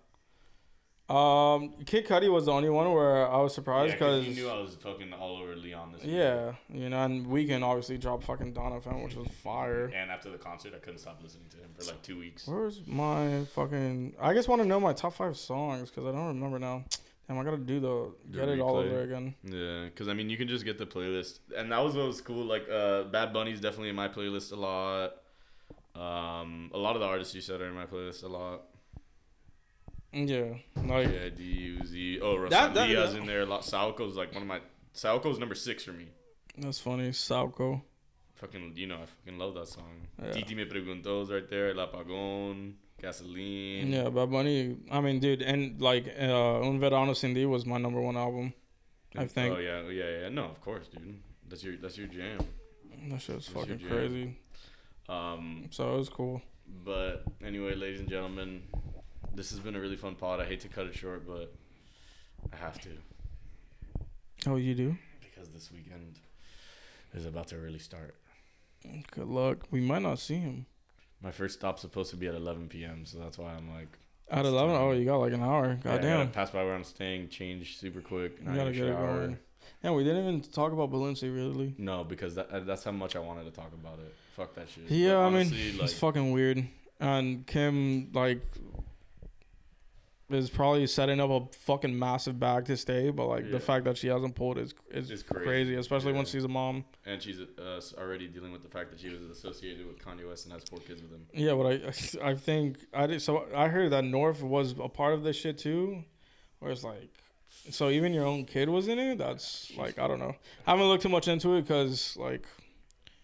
um, Kid Cudi was the only one where I was surprised Yeah, because. because you knew I was fucking all over Leon this year. Yeah, you know, and Weekend obviously dropped fucking Donovan, which was fire. And after the concert, I couldn't stop listening to him for like two weeks. Where's my fucking? I just want to know my top five songs because I don't remember now. Damn, I gotta do the The get it all replay. over again. Yeah, because I mean, you can just get the playlist, and that was what was cool. Like, uh, Bad Bunny's definitely in my playlist a lot. Um, a lot of the artists you said are in my playlist a lot. Yeah, like Yeah, D Uzi. Oh, That- that- Rosalia's that- in there a lot. Saoko's like one of my. Saoko's number six for me. that's funny. Salco. Fucking, you know, I fucking love that song. Yeah. Titi me preguntó's right there. El apagón, gasoline. Yeah, Bad Bunny. I mean, dude, and like uh, Un Verano Sin Ti was my number one album. I think Oh yeah, yeah, yeah. No, of course, dude. That's your that's your jam. that shit was your fucking jam. crazy. Um, So it was cool. But anyway, ladies and gentlemen, this has been a really fun pod. I hate to cut it short, but I have to Oh, you do? because this weekend is about to really start. Good luck. We might not see him My first stop's supposed to be at 11 p.m., so that's why I'm like, at It's eleven. time. Oh, you got like an hour. yeah, I gotta Goddamn. pass by where I'm staying, change super quick, and You I gotta gotta get it shower. going. Yeah, we didn't even talk about Balenci really. No, because that, uh, that's how much I wanted to talk about it. Fuck that shit. Yeah, But I mean, honestly, it's fucking weird. And Kim, like, is probably setting up a fucking massive bag to stay, but, like, Yeah. the fact that she hasn't pulled is, is It's crazy. crazy. especially Yeah. once she's a mom. and she's uh, already dealing with the fact that she was associated with Kanye West and has four kids with him. Yeah, but I I think I did. So I heard that North was a part of this shit too, where it's like, so even your own kid was in it. That's like I don't know. I haven't looked too much into it because like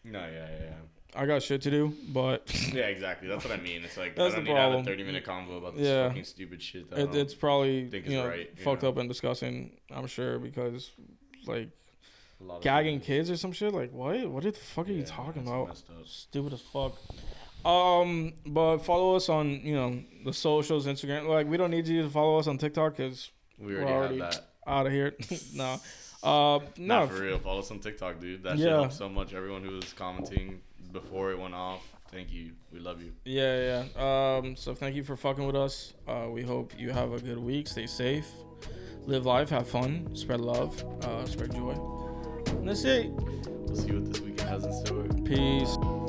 No, yeah, yeah, yeah. I got shit to do. But Yeah, exactly. That's what I mean. It's like That's I don't the need to have problem. a thirty minute convo about this Yeah. fucking stupid shit. That I it, don't- it's probably think you is know right, you fucked know? up and disgusting. I'm sure because like a lot of gagging people- kids or some shit. Like what? What the fuck are you Yeah, talking that's about? messed up. Stupid as fuck. Um, but follow us on you know the socials, Instagram. Like we don't need you to follow us on TikTok because We we're already, already have that. out of here. no, uh, No, no. for real. Follow us on TikTok, dude. That shit Yeah. helped so much. Everyone who was commenting before it went off. Thank you. We love you. Yeah, yeah. Um, so thank you for fucking with us. Uh, we hope you have a good week. Stay safe, live life, have fun, spread love, uh, spread joy. And that's it. We'll see what this weekend has in store. Peace.